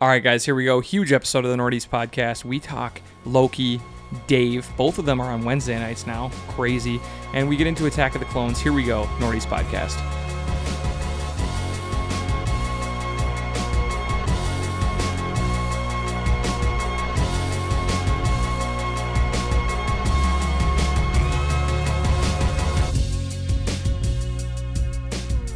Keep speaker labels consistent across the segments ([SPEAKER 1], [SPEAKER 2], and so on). [SPEAKER 1] All right, guys, here we go. Huge episode of the Northeast podcast. We talk Loki, Dave. Both of them are on Wednesday nights now. Crazy. And we get into Attack of the Clones. Here we go. Northeast podcast.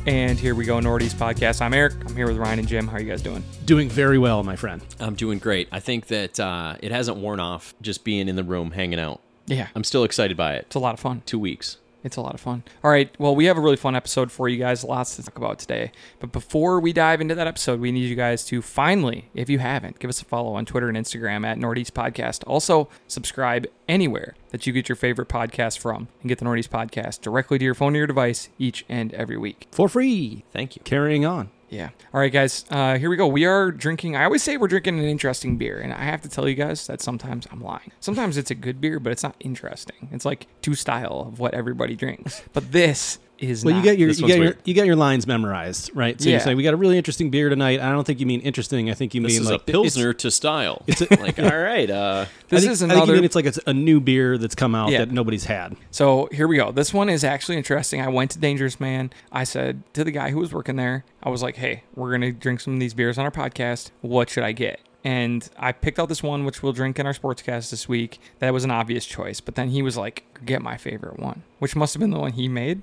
[SPEAKER 1] And here we go, Northeast podcast. I'm Eric. I'm here with Ryan and Jim. How are you guys doing?
[SPEAKER 2] Doing very well, my friend.
[SPEAKER 3] I'm doing great. I think that uh, it hasn't worn off just being in the room hanging out.
[SPEAKER 1] Yeah,
[SPEAKER 3] I'm still excited by it.
[SPEAKER 1] it's a lot of fun.
[SPEAKER 3] Two weeks.
[SPEAKER 1] It's a lot of fun. All right. Well, we have a really fun episode for you guys. Lots to talk about today. But before we dive into that episode, we need you guys to finally, if you haven't, give us a follow on Twitter and Instagram at Northeast Podcast. Also, subscribe anywhere that you get your favorite podcast from and get the Northeast Podcast directly to your phone or your device each and every week.
[SPEAKER 2] For free.
[SPEAKER 3] Thank you.
[SPEAKER 2] Carrying on.
[SPEAKER 1] Yeah. All right, guys. Uh, here we go. We are drinking. I always say we're drinking an interesting beer, and I have to tell you guys that sometimes I'm lying. Sometimes it's a good beer, but it's not interesting. It's like two style of what everybody drinks. But this is.
[SPEAKER 2] Well, you
[SPEAKER 1] not.
[SPEAKER 2] got your
[SPEAKER 3] This
[SPEAKER 2] you
[SPEAKER 3] one's
[SPEAKER 2] got your
[SPEAKER 3] weird.
[SPEAKER 2] you got your lines memorized, right? So
[SPEAKER 1] Yeah.
[SPEAKER 2] you're saying we got a really interesting beer tonight. I don't think you mean interesting. I think you
[SPEAKER 3] This
[SPEAKER 2] mean
[SPEAKER 3] is
[SPEAKER 2] like
[SPEAKER 3] a pilsner to style. It's like all right. Uh,
[SPEAKER 2] I
[SPEAKER 1] This
[SPEAKER 2] think-
[SPEAKER 1] is
[SPEAKER 2] I think
[SPEAKER 1] another.
[SPEAKER 2] you mean it's like it's a new beer that's come out
[SPEAKER 1] Yeah.
[SPEAKER 2] that nobody's had.
[SPEAKER 1] so here we go. This one is actually interesting. I went to Dangerous Man. I said to the guy who was working there, I was like, "Hey, we're gonna drink some of these beers on our podcast. What should I get?" And I picked out this one, which we'll drink in our sportscast this week. That was an obvious choice. But then he was like, "Get my favorite one," which must have been the one he made.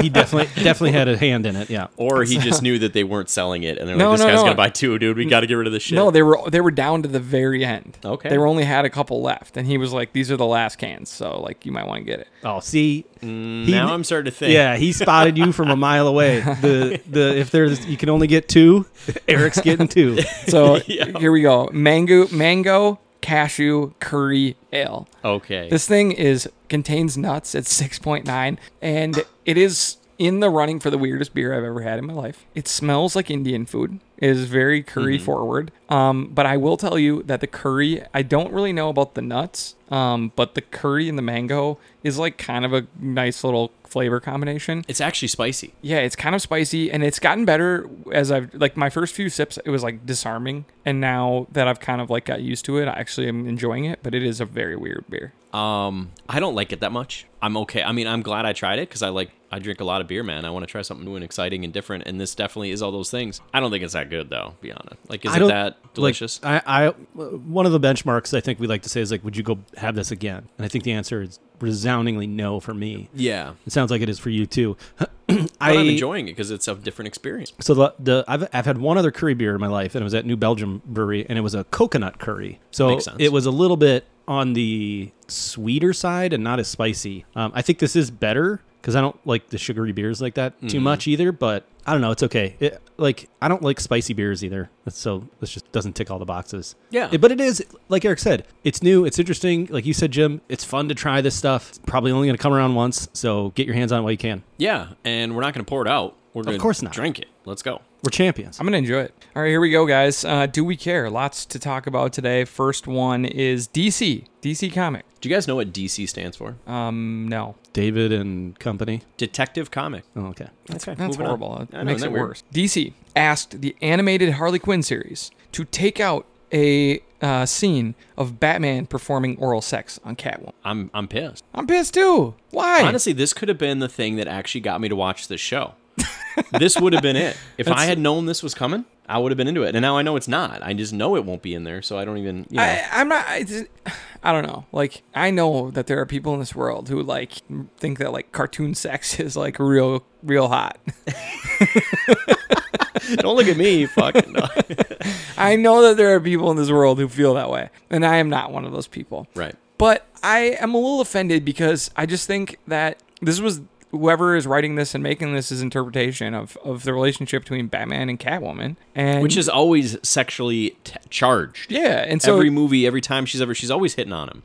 [SPEAKER 2] He definitely definitely had a hand in it. Yeah.
[SPEAKER 3] or he just knew that they weren't selling it, and they're
[SPEAKER 1] No,
[SPEAKER 3] like, "This
[SPEAKER 1] no,
[SPEAKER 3] guy's
[SPEAKER 1] no.
[SPEAKER 3] gonna buy two, dude. We got to get rid of this shit."
[SPEAKER 1] No, they were they were down to the very end.
[SPEAKER 3] Okay.
[SPEAKER 1] they were only had a couple left, and he was like, "These are the last cans, so like you might want to get it."
[SPEAKER 2] Oh, see. he-
[SPEAKER 3] Mm, now I'm starting to think.
[SPEAKER 2] Yeah, he spotted you from a mile away. The the if there's you can only get two, Eric's getting two.
[SPEAKER 1] So here we go. Mango, mango, cashew, curry ale.
[SPEAKER 3] Okay.
[SPEAKER 1] This thing is contains nuts at 6.9 and it is in the running for the weirdest beer I've ever had in my life. It smells like Indian food. It is very curry forward. Um, but I will tell you that the curry, I don't really know about the nuts, um, but the curry and the mango is like kind of a nice little flavor combination.
[SPEAKER 3] it's actually spicy.
[SPEAKER 1] Yeah, it's kind of spicy and it's gotten better as I've like my first few sips it was like disarming and now that I've kind of like got used to it, I actually am enjoying it, but it is a very weird beer.
[SPEAKER 3] Um, I don't like it that much. I'm okay. I mean, I'm glad I tried it because I like I drink a lot of beer, man. I want to try something new and exciting and different, and this definitely is all those things. I don't think it's that good though. Be honest. Like, is
[SPEAKER 2] I
[SPEAKER 3] it
[SPEAKER 2] don't-
[SPEAKER 3] that delicious?
[SPEAKER 2] Like, I, I one of the benchmarks I think we like to say is like, would you go have this again? And I think the answer is resoundingly no for me.
[SPEAKER 3] yeah.
[SPEAKER 2] It sounds like it is for you too.
[SPEAKER 3] But I, am
[SPEAKER 2] I
[SPEAKER 3] enjoying it because it's a different experience.
[SPEAKER 2] so the, the I've I've had one other curry beer in my life, and it was at New Belgium Brewery, and it was a coconut curry. So
[SPEAKER 3] Makes sense.
[SPEAKER 2] it was a little bit on the sweeter side and not as spicy. Um, I think this is better because I don't like the sugary beers like that
[SPEAKER 3] Mm-hmm.
[SPEAKER 2] too much either. But I don't know, it's okay. It, like I don't like spicy beers either, so this just doesn't tick all the boxes.
[SPEAKER 3] Yeah.
[SPEAKER 2] It- but it is like Eric said, it's new, it's interesting. Like you said, Jim, it's fun to try this stuff. It's probably only going to come around once, so get your hands on it while you can.
[SPEAKER 3] Yeah, and we're not going to pour it out. We're going
[SPEAKER 2] course not.
[SPEAKER 3] drink it. Let's go.
[SPEAKER 2] We're champions.
[SPEAKER 1] I'm gonna enjoy it. All right, here we go, guys. Uh, do we care? Lots to talk about today. First one is DC, DC Comic.
[SPEAKER 3] Do you guys know what DC stands for?
[SPEAKER 1] Um, no,
[SPEAKER 2] David and company.
[SPEAKER 3] Detective Comic.
[SPEAKER 2] Oh, okay.
[SPEAKER 1] that's, that's
[SPEAKER 3] moving on.
[SPEAKER 1] horrible. It
[SPEAKER 3] I know,
[SPEAKER 1] makes
[SPEAKER 3] isn't
[SPEAKER 1] it
[SPEAKER 3] that weird?
[SPEAKER 1] worse. DC asked the animated Harley Quinn series to take out a uh, scene of Batman performing oral sex on Catwoman.
[SPEAKER 3] I'm I'm pissed.
[SPEAKER 1] I'm pissed too. Why?
[SPEAKER 3] Honestly, this could have been the thing that actually got me to watch this show. this would have been it. If I had known this was coming, I would have been into it. And now I know it's not. I just know it won't be in there, so I don't even. You know.
[SPEAKER 1] I, I'm not. I, just- I don't know. Like, I know that there are people in this world who like think that like cartoon sex is like real, real hot.
[SPEAKER 3] don't look at me, fucking.
[SPEAKER 1] I know that there are people in this world who feel that way, and I am not one of those people.
[SPEAKER 3] Right.
[SPEAKER 1] But I am a little offended because I just think that this was whoever is writing this and making this his interpretation of, of the relationship between Batman and Catwoman, and
[SPEAKER 3] Which is always sexually t- charged.
[SPEAKER 1] yeah, and so
[SPEAKER 3] every movie, every time she's ever, she's always hitting on him.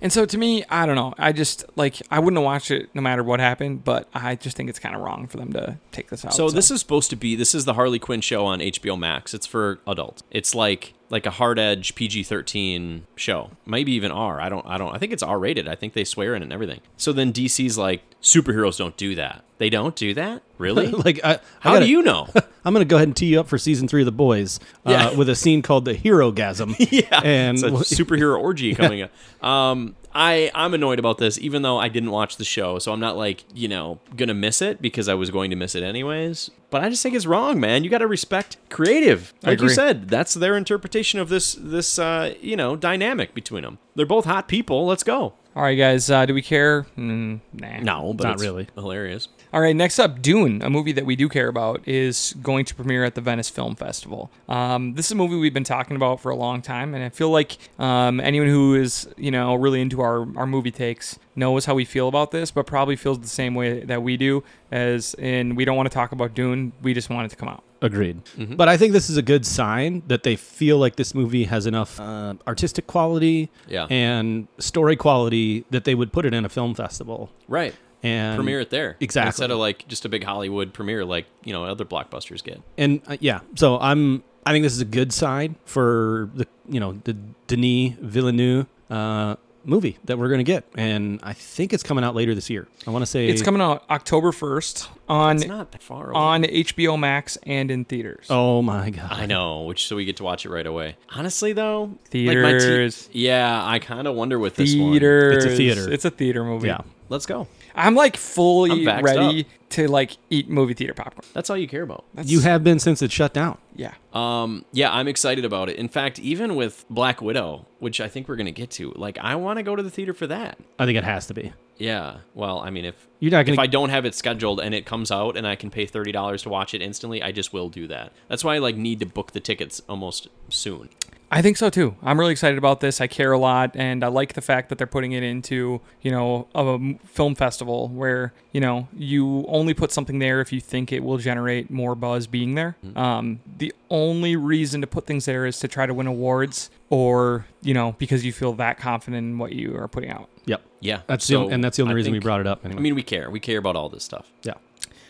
[SPEAKER 1] And so to me, I don't know. I just like I wouldn't have watched it no matter what happened, but I just think it's kind of wrong for them to take this out.
[SPEAKER 3] So this is supposed to be this is the Harley Quinn show on HBO Max. It's for adults. It's like like a hard edge PG-13 show. Maybe even R. I don't I don't I think it's R rated. I think they swear in it and everything. So then DC's like superheroes don't do that. They don't do that? Really?
[SPEAKER 2] like, I, I
[SPEAKER 3] How
[SPEAKER 2] gotta-
[SPEAKER 3] do you know?
[SPEAKER 2] I'm gonna go ahead and tee you up for season three of The Boys
[SPEAKER 3] Yeah.
[SPEAKER 2] uh, with a scene called the Hero Gasm.
[SPEAKER 3] yeah,
[SPEAKER 2] and
[SPEAKER 3] it's a superhero orgy coming up. Um, I I'm annoyed about this, even though I didn't watch the show, so I'm not like you know gonna miss it because I was going to miss it anyways. But I just think it's wrong, man. You got to respect creative,
[SPEAKER 1] I
[SPEAKER 3] like you
[SPEAKER 1] agree.
[SPEAKER 3] said. That's their interpretation of this this uh, you know dynamic between them. They're both hot people. Let's go.
[SPEAKER 1] All right, guys. Uh, do we care? Mm, nah.
[SPEAKER 3] No, but
[SPEAKER 2] Not
[SPEAKER 3] it's
[SPEAKER 2] really.
[SPEAKER 3] hilarious.
[SPEAKER 1] All right, next up, Dune, a movie that we do care about, is going to premiere at the Venice Film Festival. Um, this is a movie we've been talking about for a long time, and I feel like um, anyone who is, you know, really into our, our movie takes knows how we feel about this, but probably feels the same way that we do, as in we don't want to talk about Dune, we just want it to come out.
[SPEAKER 2] Agreed. Mm-hmm. But I think this is a good sign that they feel like this movie has enough uh, artistic quality
[SPEAKER 3] Yeah.
[SPEAKER 2] and story quality that they would put it in a film festival
[SPEAKER 3] Right.
[SPEAKER 2] and
[SPEAKER 3] Premiere it there
[SPEAKER 2] Exactly.
[SPEAKER 3] instead of like just a big Hollywood premiere like you know other blockbusters get.
[SPEAKER 2] and uh, yeah, so I'm. I think this is a good sign for the you know the Denis Villeneuve uh, movie that we're gonna get, and I think it's coming out later this year. I want to say
[SPEAKER 1] It's coming out October 1st on,
[SPEAKER 3] It's not that far away.
[SPEAKER 1] on HBO Max and in theaters.
[SPEAKER 2] Oh my god!
[SPEAKER 3] I know, which so we get to watch it right away. Honestly, though,
[SPEAKER 1] Theaters.
[SPEAKER 3] Like my te- yeah, I kind of wonder with this
[SPEAKER 1] Theater.
[SPEAKER 2] It's a theater.
[SPEAKER 1] It's a theater movie.
[SPEAKER 2] Yeah.
[SPEAKER 3] one. Let's go.
[SPEAKER 1] I'm like
[SPEAKER 3] I'm
[SPEAKER 1] fully
[SPEAKER 3] vaxxed
[SPEAKER 1] ready
[SPEAKER 3] up.
[SPEAKER 1] to like eat movie theater popcorn.
[SPEAKER 3] That's all you care about.
[SPEAKER 2] You have been since it shut down.
[SPEAKER 1] Yeah.
[SPEAKER 3] Um, yeah, I'm excited about it. In fact, even with Black Widow, which I think we're gonna get to, like, I want to go to the theater for that.
[SPEAKER 2] I think it has to be.
[SPEAKER 3] Yeah. Well, I mean, if
[SPEAKER 2] You're not
[SPEAKER 3] if
[SPEAKER 2] gonna-
[SPEAKER 3] I don't have it scheduled and it comes out and I can pay thirty dollars to watch it instantly, I just will do that. That's why I like need to book the tickets almost soon.
[SPEAKER 1] I think so too. I'm really excited about this. I care a lot and I like the fact that they're putting it into, you know, a m- film festival where, you know, you only put something there if you think it will generate more buzz being there. Um, the only reason to put things there is to try to win awards or, you know, because you feel that confident in what you are putting out.
[SPEAKER 2] Yep.
[SPEAKER 3] Yeah.
[SPEAKER 2] That's the
[SPEAKER 3] so
[SPEAKER 2] only- and that's the only
[SPEAKER 3] I
[SPEAKER 2] reason we
[SPEAKER 3] think-
[SPEAKER 2] brought it up. Anyway.
[SPEAKER 3] I mean, we care. We care about all this stuff.
[SPEAKER 2] yeah.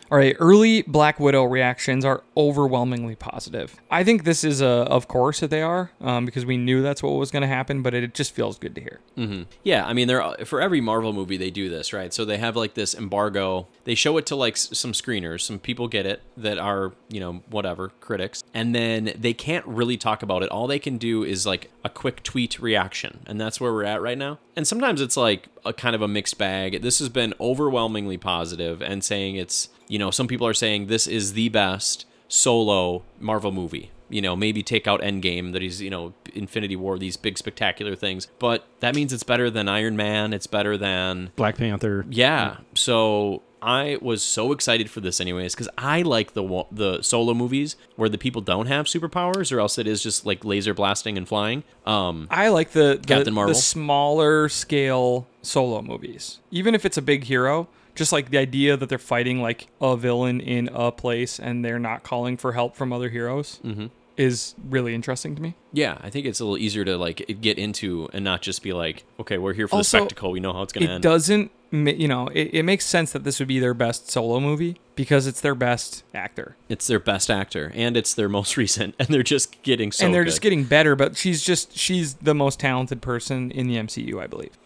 [SPEAKER 1] All right, early Black Widow reactions are overwhelmingly positive. I think this is a, of course, that they are, um, because we knew that's what was going to happen, but it just feels good to hear.
[SPEAKER 3] Yeah, I mean, they're uh, for every Marvel movie they do this, right? So they have like this embargo. They show it to like s- some screeners, some people get it that are you know whatever critics, and then they can't really talk about it. All they can do is like a quick tweet reaction, and that's where we're at right now. And sometimes it's like a kind of a mixed bag. This has been overwhelmingly positive, and saying it's you know some people are saying this is the best solo Marvel movie. You know, maybe take out Endgame, that he's, you know, Infinity War, these big spectacular things. But that means it's better than Iron Man. It's better than.
[SPEAKER 2] Black Panther.
[SPEAKER 3] Yeah. So I was so excited for this, anyways, because I like the wa- the solo movies where the people don't have superpowers, or else it is just like laser blasting and flying. Um,
[SPEAKER 1] I like the, the
[SPEAKER 3] Captain Marvel.
[SPEAKER 1] the smaller scale solo movies, even if it's a big hero. Just like the idea that they're fighting like a villain in a place and they're not calling for help from other heroes
[SPEAKER 3] Mm-hmm.
[SPEAKER 1] is really interesting to me.
[SPEAKER 3] yeah, I think it's a little easier to like get into and not just be like, okay, we're here for
[SPEAKER 1] Also,
[SPEAKER 3] the spectacle. We know how it's gonna
[SPEAKER 1] it
[SPEAKER 3] end.
[SPEAKER 1] doesn't ma- you know it, it makes sense that this would be their best solo movie because it's their best actor
[SPEAKER 3] It's their best actor, and it's their most recent, and they're just getting so.
[SPEAKER 1] and they're
[SPEAKER 3] good.
[SPEAKER 1] just getting better but she's just she's the most talented person in the mcu i believe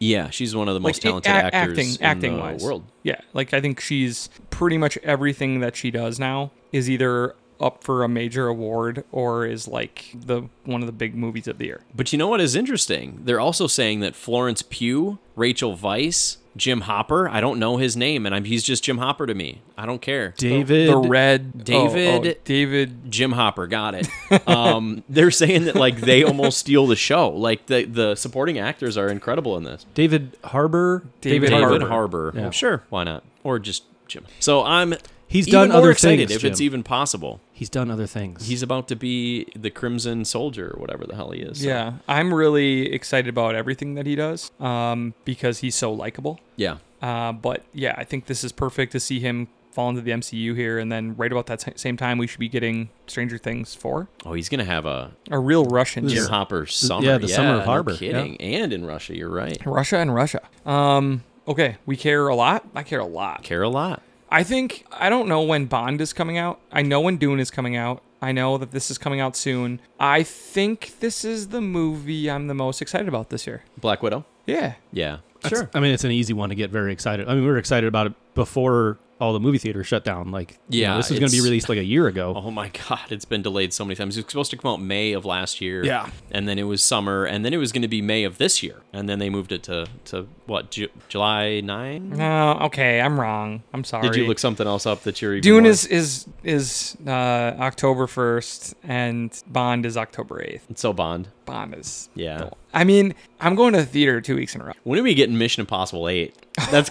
[SPEAKER 3] Yeah, she's one of the most
[SPEAKER 1] it-
[SPEAKER 3] talented
[SPEAKER 1] a-
[SPEAKER 3] actors
[SPEAKER 1] acting
[SPEAKER 3] in
[SPEAKER 1] acting
[SPEAKER 3] the
[SPEAKER 1] wise
[SPEAKER 3] world.
[SPEAKER 1] yeah like i think she's pretty much everything that she does now is either up for a major award or is like the one of the big movies of the year
[SPEAKER 3] But you know what is interesting? They're also saying that Florence Pugh, Rachel Weisz, Jim Hopper, I don't know his name and I'm he's just Jim Hopper to me. I don't care.
[SPEAKER 2] David.
[SPEAKER 1] the red
[SPEAKER 3] David-
[SPEAKER 1] oh, oh, david
[SPEAKER 3] Jim Hopper, got it. Um, they're saying that like they almost steal the show. Like the the supporting actors are incredible in this.
[SPEAKER 2] David Harbor.
[SPEAKER 1] David
[SPEAKER 3] David
[SPEAKER 1] Harbour.
[SPEAKER 3] Harbor,
[SPEAKER 2] Yeah.
[SPEAKER 3] sure, why not? Or just Jim. So I'm
[SPEAKER 2] He's
[SPEAKER 3] even
[SPEAKER 2] done
[SPEAKER 3] more
[SPEAKER 2] other
[SPEAKER 3] excited
[SPEAKER 2] things,
[SPEAKER 3] if it's
[SPEAKER 2] Jim.
[SPEAKER 3] even possible.
[SPEAKER 2] He's done other things.
[SPEAKER 3] He's about to be the Crimson Soldier or whatever the hell he is. So,
[SPEAKER 1] Yeah, I'm really excited about everything that he does um, because he's so likable.
[SPEAKER 3] Yeah.
[SPEAKER 1] Uh, but yeah, I think this is perfect to see him fall into the MCU here, and then right about that s- same time, we should be getting Stranger Things four,
[SPEAKER 3] Oh, he's gonna have a
[SPEAKER 1] a real Russian
[SPEAKER 3] Jim
[SPEAKER 1] year.
[SPEAKER 3] Hopper summer.
[SPEAKER 2] yeah, the summer of
[SPEAKER 3] no
[SPEAKER 2] Harbor,
[SPEAKER 3] kidding. And in Russia, you're right.
[SPEAKER 1] Russia and Russia. Um, okay, we care a lot. I care a lot.
[SPEAKER 3] Care a lot.
[SPEAKER 1] I think I don't know when Bond is coming out. I know when Dune is coming out. I know that this is coming out soon. I think this is the movie I'm the most excited about this year.
[SPEAKER 3] Black Widow.
[SPEAKER 1] Yeah.
[SPEAKER 3] Yeah.
[SPEAKER 2] That's- I mean, it's an easy one to get very excited. I mean, we were excited about it before all the movie theaters shut down. Like, you know,
[SPEAKER 3] Yeah,
[SPEAKER 2] this was going to be
[SPEAKER 3] it's-
[SPEAKER 2] released like a year ago.
[SPEAKER 3] Oh my god, it's been delayed so many times. It was supposed to come out May of last year.
[SPEAKER 2] Yeah.
[SPEAKER 3] And then it was summer, and then it was going to be May of this year, and then they moved it to to what Ju- July 9?
[SPEAKER 1] No, Uh, okay, I'm wrong. I'm sorry.
[SPEAKER 3] Did you look something else up that you're even
[SPEAKER 1] Dune
[SPEAKER 3] more-
[SPEAKER 1] is is is uh, October first, and Bond is October eighth.
[SPEAKER 3] It's so Bond?
[SPEAKER 1] Bond is.
[SPEAKER 3] Yeah.
[SPEAKER 1] I mean, I'm going to the theater two weeks in a row.
[SPEAKER 3] When are we getting Mission Impossible 8? That's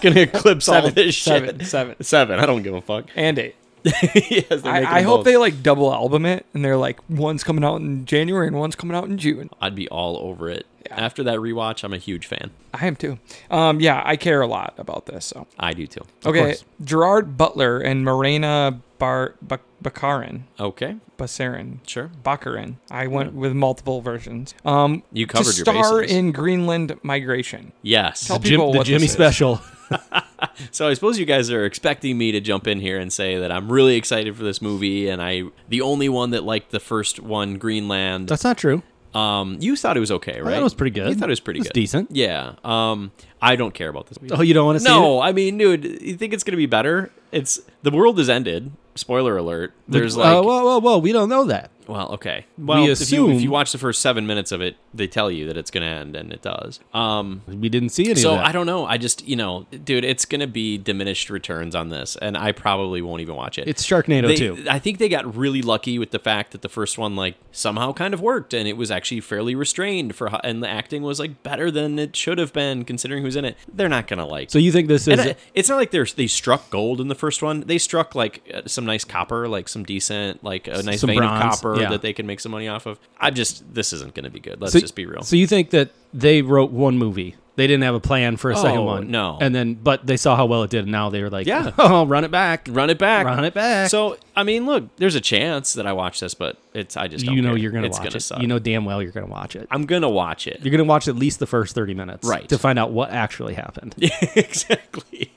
[SPEAKER 3] going to eclipse all
[SPEAKER 1] Seven,
[SPEAKER 3] this shit.
[SPEAKER 1] seven, seven.
[SPEAKER 3] Seven. I don't give a fuck.
[SPEAKER 1] And eight.
[SPEAKER 3] yes, they're making
[SPEAKER 1] I, I
[SPEAKER 3] them
[SPEAKER 1] hope
[SPEAKER 3] both.
[SPEAKER 1] they like double album it, and they're like one's coming out in January and one's coming out in June.
[SPEAKER 3] I'd be all over it. After that rewatch, I'm a huge fan.
[SPEAKER 1] I am too. Um, yeah, I care a lot about this. So
[SPEAKER 3] I do too.
[SPEAKER 1] okay,
[SPEAKER 2] course.
[SPEAKER 1] Gerard Butler and Morena Bar Bak- Bakarin,
[SPEAKER 3] Okay.
[SPEAKER 1] Bakarin,
[SPEAKER 3] Sure.
[SPEAKER 1] Bakarin. I went with multiple versions. Um,
[SPEAKER 3] You
[SPEAKER 1] to
[SPEAKER 3] covered your
[SPEAKER 1] star
[SPEAKER 3] bases.
[SPEAKER 1] in Greenland Migration.
[SPEAKER 3] yes.
[SPEAKER 1] Tell
[SPEAKER 2] Jim,
[SPEAKER 1] people
[SPEAKER 2] the
[SPEAKER 1] what this
[SPEAKER 2] Jimmy
[SPEAKER 1] is.
[SPEAKER 2] special.
[SPEAKER 3] So I suppose you guys are expecting me to jump in here and say that I'm really excited for this movie, and I the only one that liked the first one, Greenland.
[SPEAKER 2] That's not true.
[SPEAKER 3] Um, you thought it was okay, right?
[SPEAKER 2] it was pretty good.
[SPEAKER 3] You thought it was pretty
[SPEAKER 2] It was
[SPEAKER 3] good,
[SPEAKER 2] decent.
[SPEAKER 3] Yeah. Um, I don't care about this movie.
[SPEAKER 2] Oh, you don't want to see it?
[SPEAKER 3] No, I mean, dude, you think it's gonna be better? It's the world has ended. Spoiler alert. There's like,
[SPEAKER 2] uh, whoa, whoa, whoa! We don't know that.
[SPEAKER 3] well, okay. Well, if you
[SPEAKER 2] assume-
[SPEAKER 3] if you watch the first seven minutes of it, they tell you that it's gonna end, and it does. Um,
[SPEAKER 2] We didn't see any
[SPEAKER 3] so
[SPEAKER 2] of that.
[SPEAKER 3] I don't know. I just, you know, dude, it's gonna be diminished returns on this, and I probably won't even watch it.
[SPEAKER 2] It's Sharknado
[SPEAKER 3] they,
[SPEAKER 2] too.
[SPEAKER 3] I think they got really lucky with the fact that the first one like somehow kind of worked, and it was actually fairly restrained for, how, and the acting was like better than it should have been considering who's in it. They're not gonna like.
[SPEAKER 2] So you think this is?
[SPEAKER 3] And I- it's not like they're they struck gold in the first one. They struck like uh, some nice copper, like some decent, like a nice
[SPEAKER 2] some
[SPEAKER 3] vein
[SPEAKER 2] bronze,
[SPEAKER 3] of copper
[SPEAKER 2] yeah.
[SPEAKER 3] that they can make some money off of. I just this isn't going to be good. Let's
[SPEAKER 2] so,
[SPEAKER 3] just be real.
[SPEAKER 2] So you think that they wrote one movie? They didn't have a plan for a second
[SPEAKER 3] Oh,
[SPEAKER 2] one.
[SPEAKER 3] no.
[SPEAKER 2] And then, but they saw how well it did, and now they were like,
[SPEAKER 3] Yeah.
[SPEAKER 2] oh, run it back.
[SPEAKER 3] Run it back.
[SPEAKER 2] Run it back.
[SPEAKER 3] So I mean, look, there's a chance that I watch this, but it's I just don't
[SPEAKER 2] you know
[SPEAKER 3] care.
[SPEAKER 2] you're gonna
[SPEAKER 3] it's
[SPEAKER 2] watch
[SPEAKER 3] gonna
[SPEAKER 2] it.
[SPEAKER 3] Suck.
[SPEAKER 2] You know damn well you're gonna watch it.
[SPEAKER 3] I'm gonna watch it.
[SPEAKER 2] You're gonna watch at least the first thirty minutes,
[SPEAKER 3] Right.
[SPEAKER 2] to find out what actually happened.
[SPEAKER 3] exactly.